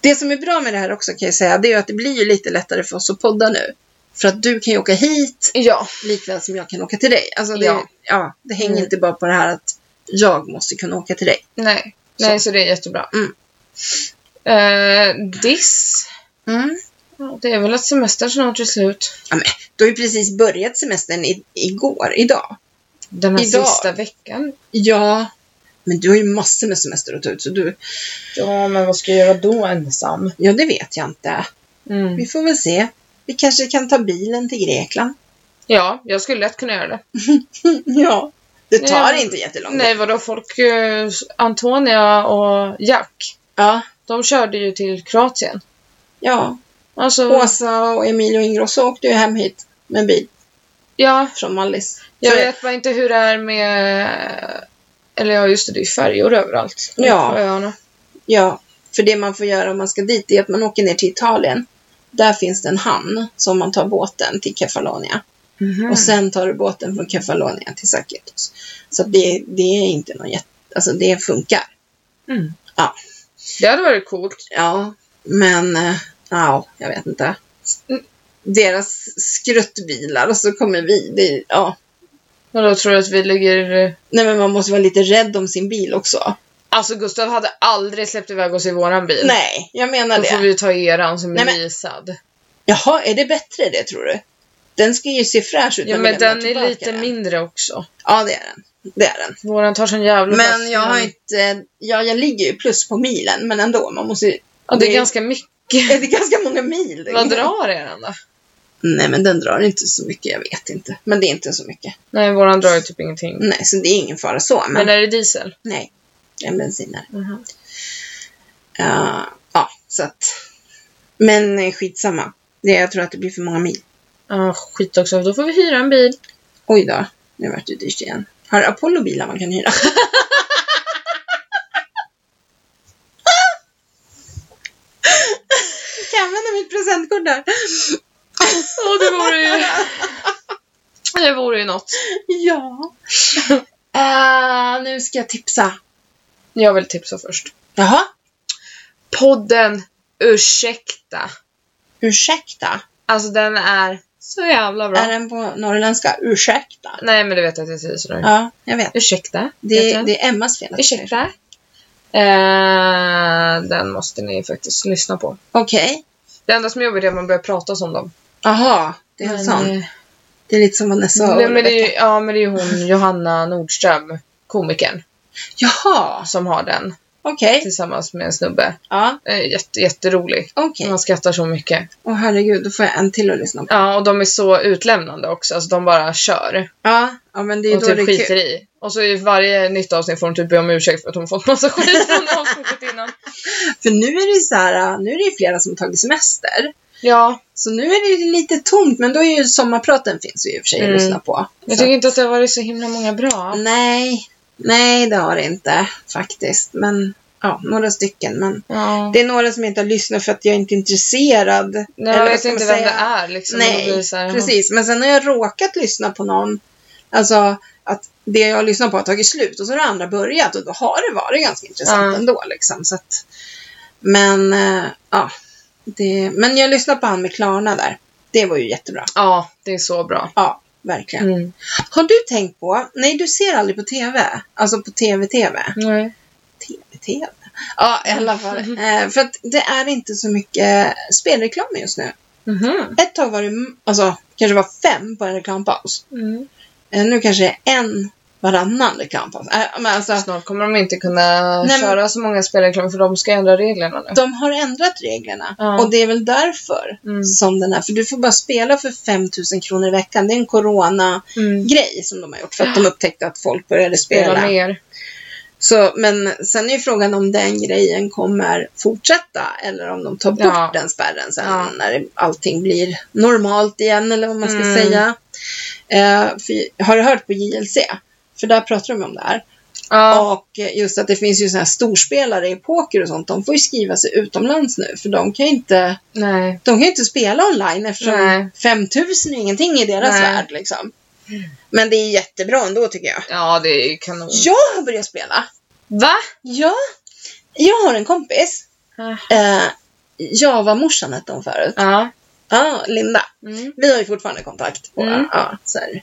S1: Det som är bra med det här också kan jag säga, det är ju att det blir ju lite lättare för oss att podda nu. För att du kan ju åka hit
S2: Ja.
S1: likväl som jag kan åka till dig. Alltså det, ja.
S2: Ja.
S1: det hänger
S2: Mm.
S1: inte bara på det här att jag måste kunna åka till dig.
S2: Nej.
S1: Så.
S2: Nej, så det är jättebra.
S1: Mm.
S2: Eh, diss.
S1: Mm.
S2: Ja, Det är väl att semestern snart är slut.
S1: Du har ju precis börjat semestern i, igår, idag.
S2: Den här
S1: Idag.
S2: sista veckan.
S1: Ja, men du har ju massor med semester att ta ut så du,
S2: Ja, men vad ska jag göra då ensam?
S1: ja det vet jag inte.
S2: Mm.
S1: Vi får väl se. Vi kanske kan ta bilen till Grekland.
S2: Ja, jag skulle lätt kunna göra det.
S1: ja, det tar
S2: Ja.
S1: inte jättelång tid.
S2: Nej, vadå folk... Eh, Antonia och Jack,
S1: Ja,
S2: de körde ju till Kroatien.
S1: ja.
S2: Alltså,
S1: Åsa och Emilio Ingrosso åkte ju hem hit med bil
S2: ja,
S1: från Mallis.
S2: jag
S1: Så-
S2: vet bara inte hur det är med... Eller ja, just det, det är färjor överallt.
S1: Ja.
S2: På öarna.
S1: Ja, för det man får göra om man ska dit är att man åker ner till Italien Där finns det en hamn som man tar båten till Kefalonia.
S2: Mhm. Mm.
S1: Och sen tar du båten från Kefalonia till Sakitos. Så att det, det är inte någon jätte... Alltså det funkar.
S2: Mm.
S1: Ja.
S2: Det hade varit coolt.
S1: Ja, men... eh, Ja, jag vet inte.
S2: Mm.
S1: Deras skruttbilar och så kommer vi. Det, är- ja.
S2: Och då tror jag att vi ligger... eh,
S1: Nej, men man måste vara lite rädd om sin bil också.
S2: Alltså Gustav hade aldrig släppt iväg oss i våran bil.
S1: Nej, jag menar
S2: Då
S1: det.
S2: får vi ju ta eran som
S1: Nej,
S2: är
S1: men-
S2: leasad.
S1: Jaha, är det bättre det tror du? Den ska ju se fräsch ut
S2: Ja
S1: när vi
S2: men
S1: lämnar
S2: den är
S1: tillbaka
S2: lite
S1: den.
S2: mindre också.
S1: Ja, det är den. Det är den.
S2: Våran tar sån jävla
S1: Men
S2: fast-
S1: jag har inte... Ja, jag ligger ju plus på milen, men ändå. Man måste ju...
S2: Ja, det är
S1: det-
S2: ganska mycket.
S1: Är (laughs) det ganska många mil?
S2: Vad drar eran då?
S1: Nej, men den drar inte så mycket. Jag vet inte. Men det är inte så mycket.
S2: Nej, våran drar ju typ ingenting.
S1: Nej, så det är ingen fara så. Mm, Men,
S2: Men är det diesel?
S1: nej, det är en bensinare.
S2: Mhm.
S1: Eh, ja, så att... Men eh, skitsamma. Det, jag tror att det blir för många mil.
S2: Ja, skit också. Då får vi hyra en bil.
S1: Oj då, nu vart det dyrt igen. Har Apollo bilar man kan hyra? kan jag använda mitt presentkort där?
S2: Ja, det vore
S1: (laughs)
S2: ju... Det vore ju något.
S1: Ja. Eh, nu ska jag tipsa.
S2: Jag vill tipsa först.
S1: Jaha,
S2: Podden Ursäkta.
S1: ursäkta.
S2: Alltså den är så jävla bra.
S1: Är den på norrländska? Ursäkta.
S2: Nej, men du vet att jag säger sådär.
S1: Ja, jag vet.
S2: Ursäkta. heter
S1: Det,
S2: den.
S1: det är Emmas fel. att jag säger så.
S2: Ursäkta. Eh, den måste ni faktiskt lyssna på.
S1: Okej.
S2: Det enda som är jobbigt är att man börjar prata som dem.
S1: Jaha, det är en
S2: Men,
S1: sån.
S2: eh,
S1: Det är lite som Vanessa och
S2: nej, men det är,
S1: Rebecca.
S2: ju- ja, men det är ju hon Johanna Nordström, komikern,
S1: Jaha,
S2: som har den
S1: okej.
S2: tillsammans med en snubbe.
S1: Ja,
S2: Eh, Jätte, jätterolig.
S1: okej.
S2: Man skrattar så mycket.
S1: Åh herregud, då får jag en till att lyssna på.
S2: Ja, och de är så utlämnande också. Alltså, de bara kör
S1: Ja, ja men det är
S2: och
S1: då det
S2: typ
S1: är
S2: skiter
S1: kul.
S2: i. Och så i varje nytt avsnitt får de typ be om ursäkt för att de har fått massa skit
S1: (laughs)
S2: från avsnittet innan.
S1: För nu är det ju så här, nu är det ju flera som har tagit semester.
S2: Ja,
S1: Så nu är det lite tomt, men då är ju sommarpraten finns ju i och för sig
S2: Mm.
S1: att lyssna på.
S2: jag
S1: Så-
S2: tycker inte att det har varit så himla många bra.
S1: Nej, nej det har det inte faktiskt. Men ja, några stycken. Men
S2: Ja.
S1: det är några som jag inte har lyssnat för att jag är inte är intresserad.
S2: Nej,
S1: Eller
S2: jag
S1: vad
S2: vet
S1: ska man
S2: inte vem
S1: säga?
S2: det är liksom.
S1: Nej,
S2: Och då blir det så här,
S1: Precis, men sen har jag råkat lyssna på någon, alltså att det jag har lyssnat på har tagit slut och så har det andra börjat och då har det varit ganska intressant
S2: Ja.
S1: ändå liksom. Så att, men eh, ja, det, men jag lyssnade på han med Klarna där. Det var ju jättebra.
S2: Ja, det är så bra.
S1: Ja, verkligen.
S2: Mm.
S1: Har du tänkt på, nej du ser aldrig på TV, alltså på TV-TV.
S2: Nej.
S1: TV-TV? Ja, i alla fall.
S2: Mm.
S1: Eh, för att det är inte så mycket spelreklam just nu.
S2: Mhm.
S1: Ett tag var det, m- alltså kanske var fem på en reklampaus.
S2: Mm.
S1: Eh, Nu kanske det är en varannan reklampaus. Äh, men alltså,
S2: Snart kommer de inte kunna
S1: Nej, men-
S2: köra så många spelreklam för de ska ändra reglerna nu.
S1: de har ändrat reglerna
S2: Ja.
S1: och det är väl därför
S2: Mm.
S1: som den här, för du får bara spela för 5000 kronor i veckan. Det är en corona-grej
S2: Mm.
S1: som de har gjort för att de upptäckte att folk började
S2: Spela
S1: spela.
S2: mer.
S1: Så, men sen är ju frågan om den grejen kommer fortsätta eller om de tar bort
S2: Ja.
S1: den spärren sen
S2: Ja.
S1: när allting blir normalt igen eller vad man ska
S2: Mm.
S1: säga. Eh, för, har du hört på JLC? För där pratar de om det här.
S2: Ja.
S1: Och eh, just att det finns ju sådana här storspelare i poker och sånt, de får ju skriva sig utomlands nu för de kan ju inte,
S2: Nej.
S1: de kan ju inte spela online eftersom
S2: Nej.
S1: 5000 är ingenting i deras
S2: Nej.
S1: värld liksom. Men det är jättebra ändå tycker jag.
S2: Ja, det är ju kanon.
S1: Jag har börjat spela.
S2: Va?
S1: Ja. Jag har en kompis.
S2: Ja.
S1: Eh, Java-morsan hette hon förut.
S2: Ja.
S1: Ja, Linda.
S2: Mm.
S1: Vi har ju fortfarande kontakt. Och,
S2: Mm.
S1: ja, så här.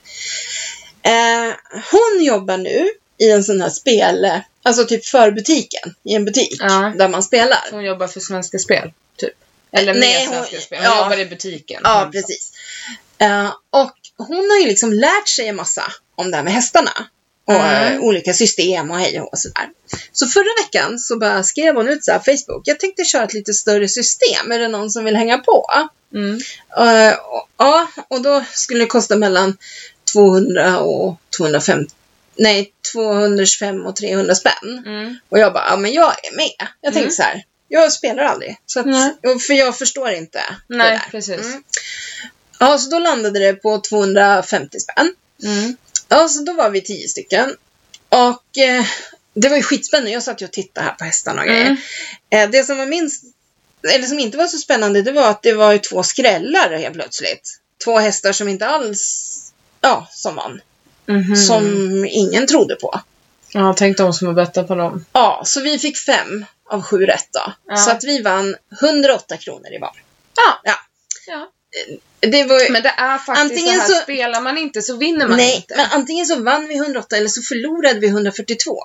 S1: Eh, hon jobbar nu i en sån här spel, alltså typ för butiken, i en butik
S2: Ja.
S1: där man spelar.
S2: Hon jobbar för Svenska Spel, typ. Eller med
S1: Nej, hon-
S2: Svenska Spel. Hon
S1: ja.
S2: jobbar i butiken.
S1: Ja, precis. Eh, och hon har ju liksom lärt sig en massa om det här med hästarna. Och
S2: Mm.
S1: eh, olika system och hej och sådär. Så förra veckan så bara skrev hon ut så här på Facebook. Jag tänkte köra ett lite större system. Är det någon som vill hänga på?
S2: Mm.
S1: Eh, och- Ja, och då skulle det kosta mellan 200 och 250. Nej, 225 och 300 spänn.
S2: Mm.
S1: Och jag bara, ja men jag är med. Jag tänkte
S2: Mm.
S1: så här, jag spelar aldrig. Så att,
S2: Nej.
S1: För jag förstår inte det
S2: Nej,
S1: där.
S2: precis.
S1: Mm. Ja, så då landade det på 250 spänn.
S2: Mm.
S1: Ja, så då var vi tio stycken. Och eh, det var ju skitspännande. Jag satt ju och tittade här på hästarna och grejer.
S2: Mm.
S1: Eh, det som var min eller som inte var så spännande, det var att det var ju två skrällar helt plötsligt. Två hästar som inte alls, ja, som vann.
S2: Mhm.
S1: Som ingen trodde på.
S2: Ja, tänk de som har bettat på dem.
S1: Ja, så vi fick fem av sju rätt då.
S2: Ja.
S1: Så att vi vann 108 kronor i var.
S2: Ja.
S1: ja.
S2: Ja.
S1: Det var ju,
S2: Men det är faktiskt
S1: Antingen
S2: så här,
S1: så-
S2: spelar man inte så vinner man
S1: nej,
S2: inte.
S1: men antingen så vann vi 108 eller så förlorade vi 142.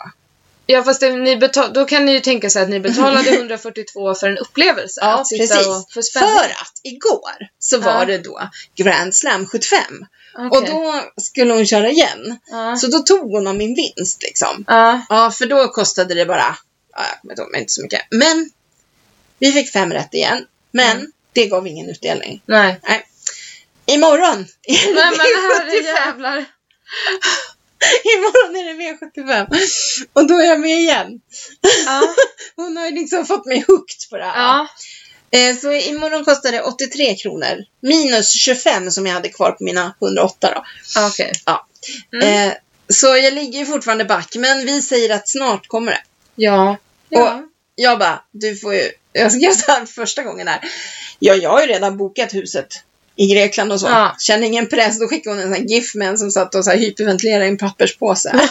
S2: Ja, fast det, ni betal, då kan ni ju tänka sig att
S1: (laughs)
S2: ni betalade 142 för en upplevelse.
S1: Ja,
S2: att sitta
S1: precis.
S2: Och få spänning.
S1: För att igår så var
S2: Ja.
S1: det då Grand Slam 75.
S2: Okej.
S1: Och då skulle hon köra igen.
S2: Ja.
S1: Så då tog hon av min vinst liksom.
S2: Ja.
S1: Ja, för då kostade det bara, ja, jag kommer inte ihåg, men inte så mycket. Men vi fick fem rätt igen. Men det gav ingen utdelning.
S2: Nej.
S1: Imorgon! är det
S2: Nej,
S1: (laughs)
S2: men herre
S1: V75.
S2: jävlar.
S1: Imorgon är det V75. Och då är jag med igen.
S2: Ja.
S1: Hon har ju liksom fått mig hooked på det här.
S2: Ja.
S1: Eh, Så imorgon kostar det 83 kronor. Minus 25 som jag hade kvar på mina 108 då.
S2: Ja, Okej.
S1: Ja.
S2: Mm.
S1: Eh, Så jag ligger ju fortfarande back, men vi säger att snart kommer det.
S2: Ja. Ja.
S1: Jag bara, du får ju... Jag skrev så här första gången där. Ja, jag har ju redan bokat huset i Grekland och så.
S2: Ja.
S1: Känner ingen press. Då skickade hon en sån här GIF med en som satt och så här hyperventilerade i en
S2: (laughs)
S1: papperspåse.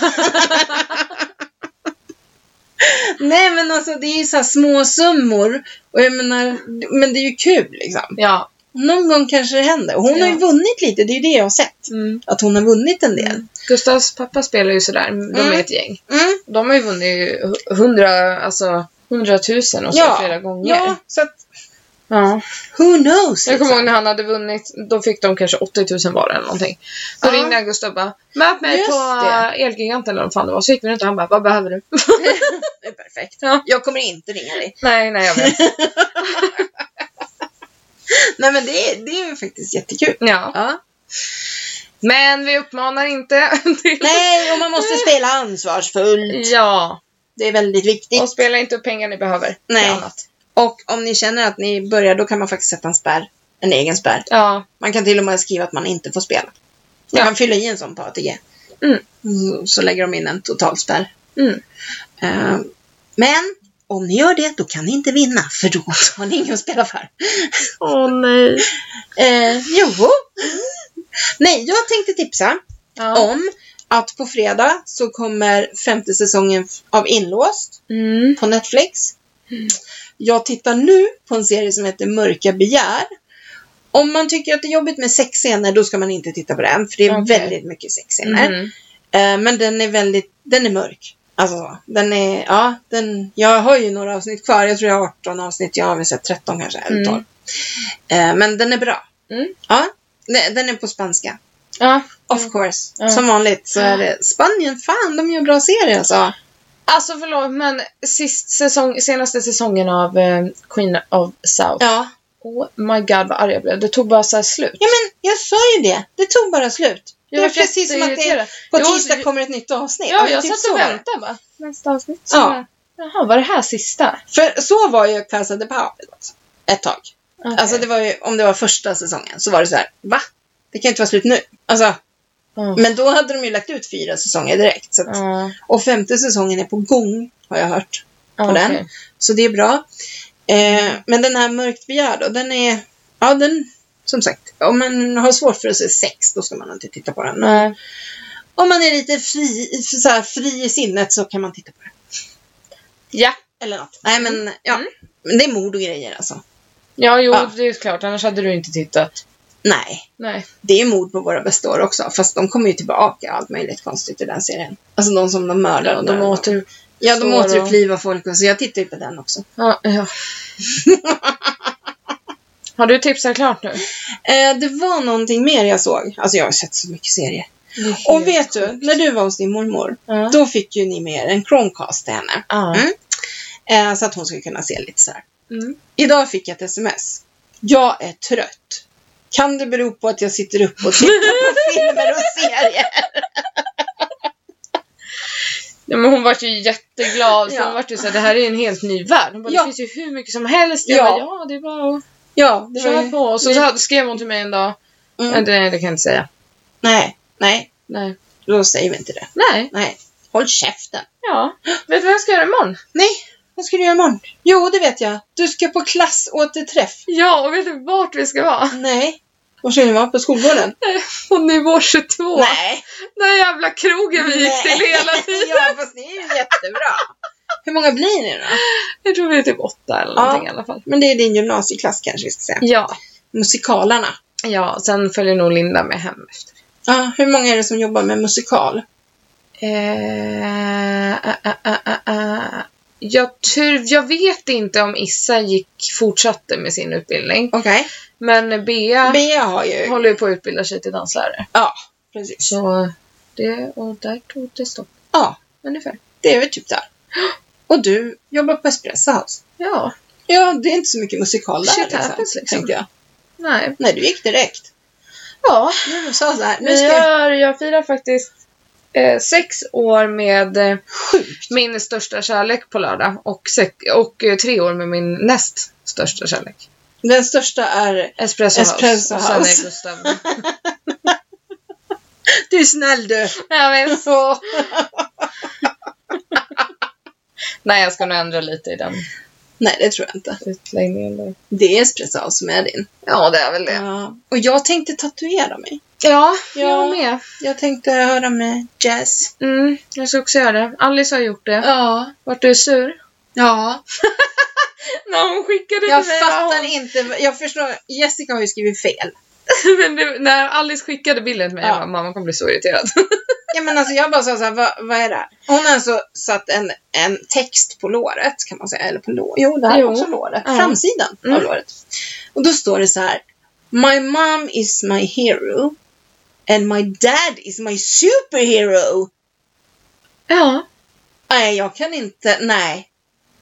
S1: Nej, men alltså det är ju så här små summor. Och jag menar, men det är ju kul liksom.
S2: ja.
S1: Någon gång kanske det händer. Och hon har ju
S2: Ja.
S1: vunnit lite. Det är ju det jag har sett.
S2: Mm.
S1: Att hon har vunnit en del.
S2: Gustavs pappa spelar ju sådär. De
S1: Mm.
S2: är ett gäng.
S1: Mm.
S2: De har ju vunnit ju hu- hundra, alltså hundratusen och så
S1: Ja.
S2: flera gånger.
S1: Ja, så att
S2: ja.
S1: who knows?
S2: Jag kommer
S1: liksom.
S2: ihåg när han hade vunnit, då fick de kanske 80 000 var eller någonting. Då
S1: Ja.
S2: ringde han Gustav och bara, möt mig
S1: Just
S2: på
S1: det.
S2: Elgiganten eller vad fan det var. Så gick vi runt och han bara, vad behöver du? (laughs)
S1: (laughs) Det är perfekt.
S2: Ja.
S1: Jag kommer inte ringa dig.
S2: nej, nej jag vet.
S1: (laughs) Nej men det, är- det är ju faktiskt jättekul.
S2: Ja.
S1: Ja.
S2: Men vi uppmanar inte (laughs) till...
S1: Nej, och man måste spela ansvarsfullt.
S2: Ja,
S1: Det är väldigt viktigt.
S2: och spela inte upp pengar ni behöver. till
S1: Nej.
S2: Annat.
S1: Och om ni känner att ni börjar, då kan man faktiskt sätta en spärr. En egen spärr.
S2: Ja.
S1: Man kan till och med skriva att man inte får spela. Man
S2: Ja.
S1: kan fylla i en sån på ATG.
S2: Mm.
S1: Så, så lägger de in en totalspärr.
S2: Mm.
S1: Eh, men om ni gör det, då kan ni inte vinna, för då har ni ingen att spela för.
S2: Åh nej.
S1: Eh, jo. Nej, jag tänkte tipsa
S2: Ja.
S1: om att på fredag så kommer femte säsongen f- av Inlåst
S2: Mm.
S1: på Netflix. Jag tittar nu på en serie som heter Mörka begär. Om man tycker att det är jobbigt med sexscener då ska man inte titta på den för det är
S2: Okej.
S1: väldigt mycket sexscener.
S2: Mm.
S1: Eh, men den är väldigt, den är mörk. Alltså, den är, ja, den, jag har ju några avsnitt kvar. Jag tror jag har 18 avsnitt. Jag har väl sett 13 kanske, eller
S2: Mm.
S1: 12. Eh, men den är bra.
S2: Mm.
S1: Ja, den- den är på spanska.
S2: Ja.
S1: Of course.
S2: Ja.
S1: Som vanligt så är det Spanien, fan de gör bra serier alltså.
S2: Alltså förlåt, men sist säsong, senaste säsongen av eh, Queen of South.
S1: Ja.
S2: Oh my god vad arg jag blev. Det tog bara så här slut.
S1: Ja men jag sa ju det. Det tog bara slut. Det
S2: Jag
S1: var
S2: var
S1: precis som att det,
S2: jätteirriterad.
S1: på
S2: Jo,
S1: tisdag
S2: så-
S1: kommer ett nytt avsnitt.
S2: Ja,
S1: men
S2: jag
S1: typ
S2: satt och
S1: så var det.
S2: väntade bara. Nästa avsnitt. Så
S1: Ja.
S2: bara, Jaha, var det här sista?
S1: För så var ju Casa de Papel ett tag.
S2: Okej.
S1: Alltså det var ju, om det var första säsongen så var det så här, va? Det kan ju inte vara slut nu. Alltså,
S2: Ja.
S1: men då hade de ju lagt ut fyra säsonger direkt. Så att,
S2: Ja,
S1: och femte säsongen är på gång, har jag hört.
S2: ja,
S1: på den.
S2: okej.
S1: Så det är bra. Eh, men den här Mörkt begär då, den är, ja den, som sagt, om man har svårt för att se sex, då ska man inte titta på den.
S2: Nej.
S1: Om man är lite fri, så här, fri i sinnet så kan man titta på den.
S2: Ja.
S1: Eller något. Nej men, ja.
S2: Mm.
S1: Men det är mord och grejer alltså.
S2: Ja, jo,
S1: Ja.
S2: det är klart. Annars hade du inte tittat.
S1: Nej.
S2: Nej.
S1: Det är mord på våra bästa år också, fast de kommer ju tillbaka allt möjligt konstigt i den serien. Alltså de som de mördar. och
S2: De
S1: dödar.
S2: åter...
S1: Ja, de
S2: Står och-
S1: återupplivar folk och så. Jag tittar ju på den också.
S2: Ja,
S1: (laughs)
S2: ja. Har du tipsat klart nu?
S1: Eh, det var någonting mer jag såg. Alltså jag har sett så mycket serier. Och vet du, när du var hos din mormor,
S2: Ja.
S1: då fick ju ni med er en Chromecast till henne.
S2: Ja.
S1: Mm. Eh, så att hon skulle kunna se lite så här.
S2: Mm.
S1: Idag fick jag ett sms. Jag är trött. Kan det bero på att jag sitter upp och tittar
S2: (laughs)
S1: på filmer och serier?
S2: Ja, men hon var ju jätteglad. För
S1: Ja.
S2: Hon var ju så här, det här är ju en helt ny värld. Hon bara,
S1: Ja.
S2: det finns ju hur mycket som helst.
S1: Ja.
S2: Jag bara, ja, det är bara
S1: Ja, det
S2: att
S1: var
S2: köra
S1: ju...
S2: på. Och så, så hade- skrev hon till mig en dag.
S1: Mm.
S2: Nej, det kan jag inte säga.
S1: Nej, nej,
S2: Nej.
S1: då säger vi inte det.
S2: Nej.
S1: Nej, håll käften.
S2: Ja. Vet du vad jag ska göra imorgon?
S1: Nej, Vad ska du göra imorgon? Jo, det vet jag. Du ska på klassåterträff.
S2: Ja, och vet du vart vi ska vara?
S1: Nej. Var ska ni vara? På (laughs) skolgården?
S2: På nivå 22.
S1: Nej.
S2: Den här jävla krogen vi gick till hela (laughs) tiden.
S1: (laughs) Ja, fast det är ju jättebra. Hur många blir ni då?
S2: Jag tror vi är typ åtta eller
S1: Ja.
S2: någonting i alla fall.
S1: Men det är din gymnasieklass kanske vi ska säga.
S2: Ja.
S1: Musikalarna.
S2: ja, sen följer nog Linda med hem efter.
S1: Ja, hur många är det som jobbar med musikal?
S2: Eh, eh, eh, eh, eh. Jag, tror, jag vet inte om Issa gick, fortsatte med sin utbildning.
S1: Okej.
S2: Men Bea
S1: Bea har ju...
S2: håller ju på att utbilda sig till danslärare.
S1: Ja, precis.
S2: Så det, och där tog det stopp.
S1: Ja,
S2: Ungefär.
S1: det är väl typ där. Och du jobbar på Espresso House.
S2: Ja.
S1: Ja, det är inte så mycket musikal där
S2: Shit happens, liksom.
S1: tänkte jag.
S2: Nej.
S1: Nej, du gick direkt.
S2: Ja.
S1: Du sa så här, nu
S2: Vi
S1: ska jag...
S2: gör, jag firar faktiskt eh, sex år med eh,
S1: Sjukt.
S2: min största kärlek på lördag. Och, sex, och eh, tre år med min näst största kärlek.
S1: Den största är...
S2: Espresso,
S1: Espresso
S2: House. Och sen
S1: House.
S2: är Gustav. (laughs)
S1: Du är snäll du!
S2: jag vet så. (laughs) Nej, jag ska nog ändra lite i den
S1: Nej, det tror jag inte.
S2: utläggningen. där.
S1: Det är Espresso House som är din.
S2: Ja, det är väl det.
S1: Ja. Och jag tänkte tatuera mig.
S2: Ja,
S1: Ja.
S2: jag med.
S1: Jag tänkte höra med jazz.
S2: Mm, jag ska också göra det. Alice har gjort det.
S1: Ja.
S2: Vart du är sur?
S1: Ja.
S2: När hon skickade
S1: Jag
S2: till mig.
S1: fattar inte. Jag förstår. Jessica har ju skrivit fel.
S2: (laughs) Men det, när Alice skickade bilden till mig, jag
S1: Ja.
S2: bara, mamma kommer bli så irriterad. (laughs)
S1: Ja men alltså jag bara sa såhär, vad, vad är det här? Hon har alltså satt en, en text på låret kan man säga, eller på låret, jo det här
S2: Jo.
S1: är också låret,
S2: Ja.
S1: framsidan
S2: Mm.
S1: av låret. Och då står det så här. My mom is my hero and my dad is my superhero.
S2: Ja,
S1: Nej jag kan inte, nej.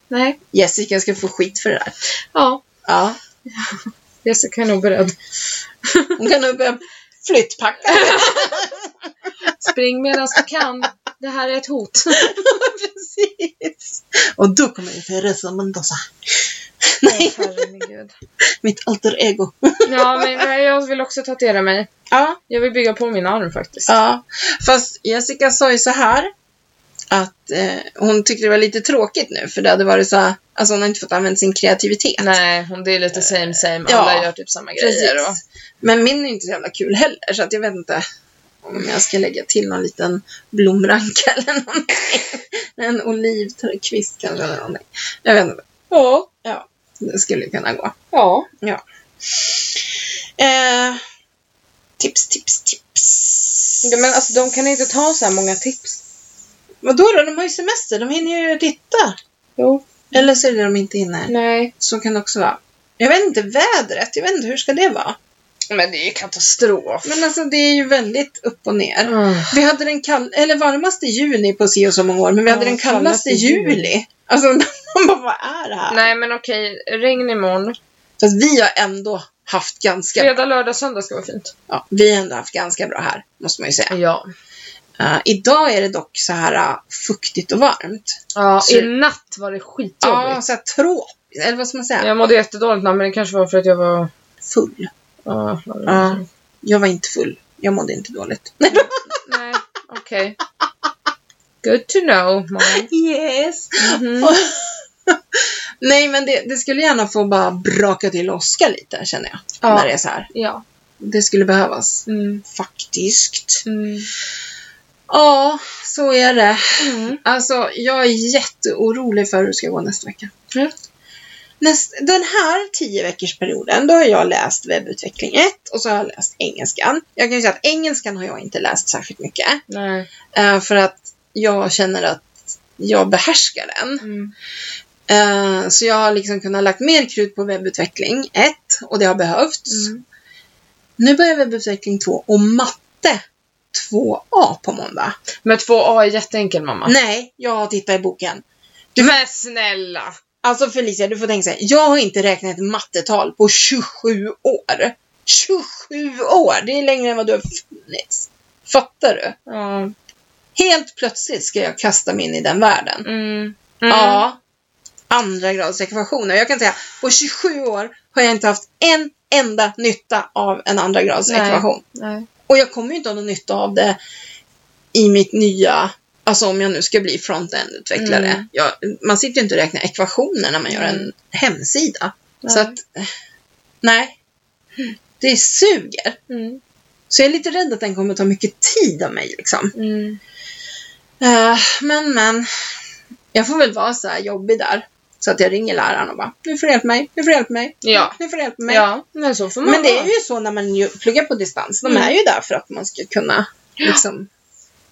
S2: nej,
S1: Jessica ska få skit för det där.
S2: ja.
S1: Ja.
S2: Jessica är nog beredd.
S1: Hon kan nog börja flyttpacka.
S2: Spring medan du kan. Det här är ett (laughs) hot.
S1: Precis. (laughs) Och då kommer ju Teresa Mendoza. Nej,
S2: Herregud.
S1: mitt alter ego.
S2: Ja, men nej, jag vill också tatuera mig.
S1: (laughs) Ja.
S2: Jag vill bygga på min arm faktiskt.
S1: Ja, fast Jessica sa ju så här att eh, hon tyckte det var lite tråkigt nu för det hade varit så här, alltså hon har inte fått använda sin kreativitet.
S2: Nej, hon, det är lite same same.
S1: Ja,
S2: Alla gör typ samma grejer. Och...
S1: Precis. Men min är inte så jävla kul heller så att jag vet inte om jag ska lägga till någon liten blomranka (laughs) eller någonting. En olivkvist kanske eller någonting. Jag vet inte.
S2: Ja.
S1: Ja, det skulle kunna gå.
S2: Ja.
S1: Eh, tips, tips, tips.
S2: Men alltså de kan inte ta så här många tips.
S1: Vadå då? De har ju semester. De hinner ju ritta.
S2: Jo.
S1: Eller så är det de inte hinner.
S2: Nej.
S1: Så kan det också vara. Jag vet inte, vädret, jag vet inte hur ska det vara?
S2: Men det är ju katastrof.
S1: Men alltså det är ju väldigt upp och ner.
S2: Mm.
S1: Vi hade den kall eller varmaste juni på si och så många år, men vi hade
S2: Ja,
S1: den kallaste
S2: kallaste juli.
S1: juli. Alltså (laughs) man bara, vad är det här?
S2: Nej men okej, regn imorgon.
S1: Fast vi har ändå haft ganska,
S2: Fredag, lördag, söndag ska vara fint.
S1: ja, vi har ändå haft ganska bra här, måste man ju säga.
S2: Ja.
S1: Eh, idag är det dock så här eh, fuktigt och varmt.
S2: ja
S1: Så-
S2: I natt var det
S1: Ja,
S2: skitjobbigt.
S1: så här tropiskt, eller vad ska man säga?
S2: Jag mådde jättedåligt men det kanske var för att jag var...
S1: Full.
S2: Ja. vad var det?
S1: Ja. Jag var inte full, jag mådde inte dåligt. (laughs)
S2: Nej, okej. Good to know, Molly.
S1: Yes! (laughs)
S2: Mhm.
S1: Och- Nej, men det, det skulle gärna få bara braka till Oskar lite, känner jag.
S2: Ja.
S1: När det är så här.
S2: Ja.
S1: Det skulle behövas.
S2: Mm.
S1: Faktiskt.
S2: Mm.
S1: Ja, så är det.
S2: Mm.
S1: Alltså, jag är jätteorolig för hur det ska gå nästa vecka.
S2: Mm.
S1: Näst, den här tio veckors perioden, då har jag läst webbutveckling 1 och så har jag läst engelskan. Jag kan ju säga att engelskan har jag inte läst särskilt mycket.
S2: Nej.
S1: eh, För att jag känner att jag behärskar den.
S2: Mm.
S1: Eh, Så jag har liksom kunnat lagt mer krut på webbutveckling 1 och det har behövts.
S2: Mm.
S1: Nu börjar webbutveckling 2 och matte 2A på måndag.
S2: Men 2A är jätteenkel, mamma.
S1: Nej, jag har tittat i boken.
S2: Men snälla!
S1: Alltså Felicia, du får tänka så här. Jag har inte räknat ett mattetal på 27 år. 27 år! Det är längre än vad du har funnits. Fattar du?
S2: Ja. Mm.
S1: Helt plötsligt ska jag kasta mig in i den världen.
S2: Mm. Mm.
S1: Ja. Andra grads ekvationer. Jag kan säga, på 27 år har jag inte haft en enda nytta av en andra grads
S2: Nej.
S1: ekvation.
S2: Nej.
S1: Och jag kommer ju inte ha någon nytta av det i mitt nya Alltså om jag nu ska bli front-end-utvecklare.
S2: Mm.
S1: Jag, man sitter ju inte och räknar ekvationer när man gör en
S2: Mm.
S1: hemsida. Så
S2: Nej.
S1: att, eh, nej. Det suger.
S2: Mm.
S1: Så jag är lite rädd att den kommer ta mycket tid av mig liksom.
S2: Mm.
S1: Eh, men, men. Jag får väl vara så här jobbig där. Så att jag ringer läraren och bara, nu får du hjälpa mig, nu får du hjälpa mig,
S2: Ja.
S1: nu får du hjälpa mig.
S2: ja, men så får man
S1: Men det
S2: vara.
S1: är ju så när man ju pluggar på distans. De
S2: Mm.
S1: är ju där för att man ska kunna liksom,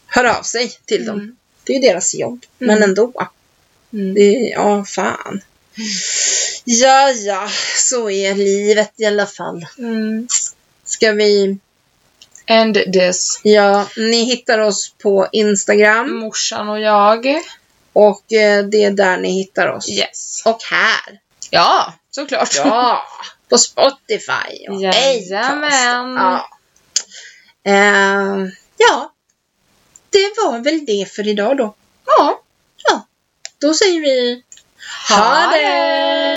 S1: höra av sig till dem.
S2: Mm.
S1: Det är ju deras jobb.
S2: Mm.
S1: Men ändå.
S2: Mm.
S1: Det är, ja, fan. Ja, ja, så är livet i alla fall.
S2: Mm.
S1: Ska vi...
S2: And this.
S1: Ja, ni hittar oss på
S2: Mm.
S1: Instagram
S2: Morsan och jag.
S1: och eh, det är där ni hittar oss.
S2: Yes.
S1: Och här.
S2: Ja, såklart.
S1: Ja,
S2: (laughs)
S1: på Spotify och
S2: Jajamän.
S1: Acast. Ja. Eh, ja, det var väl det för idag då.
S2: ja.
S1: Då säger vi
S2: Ha det!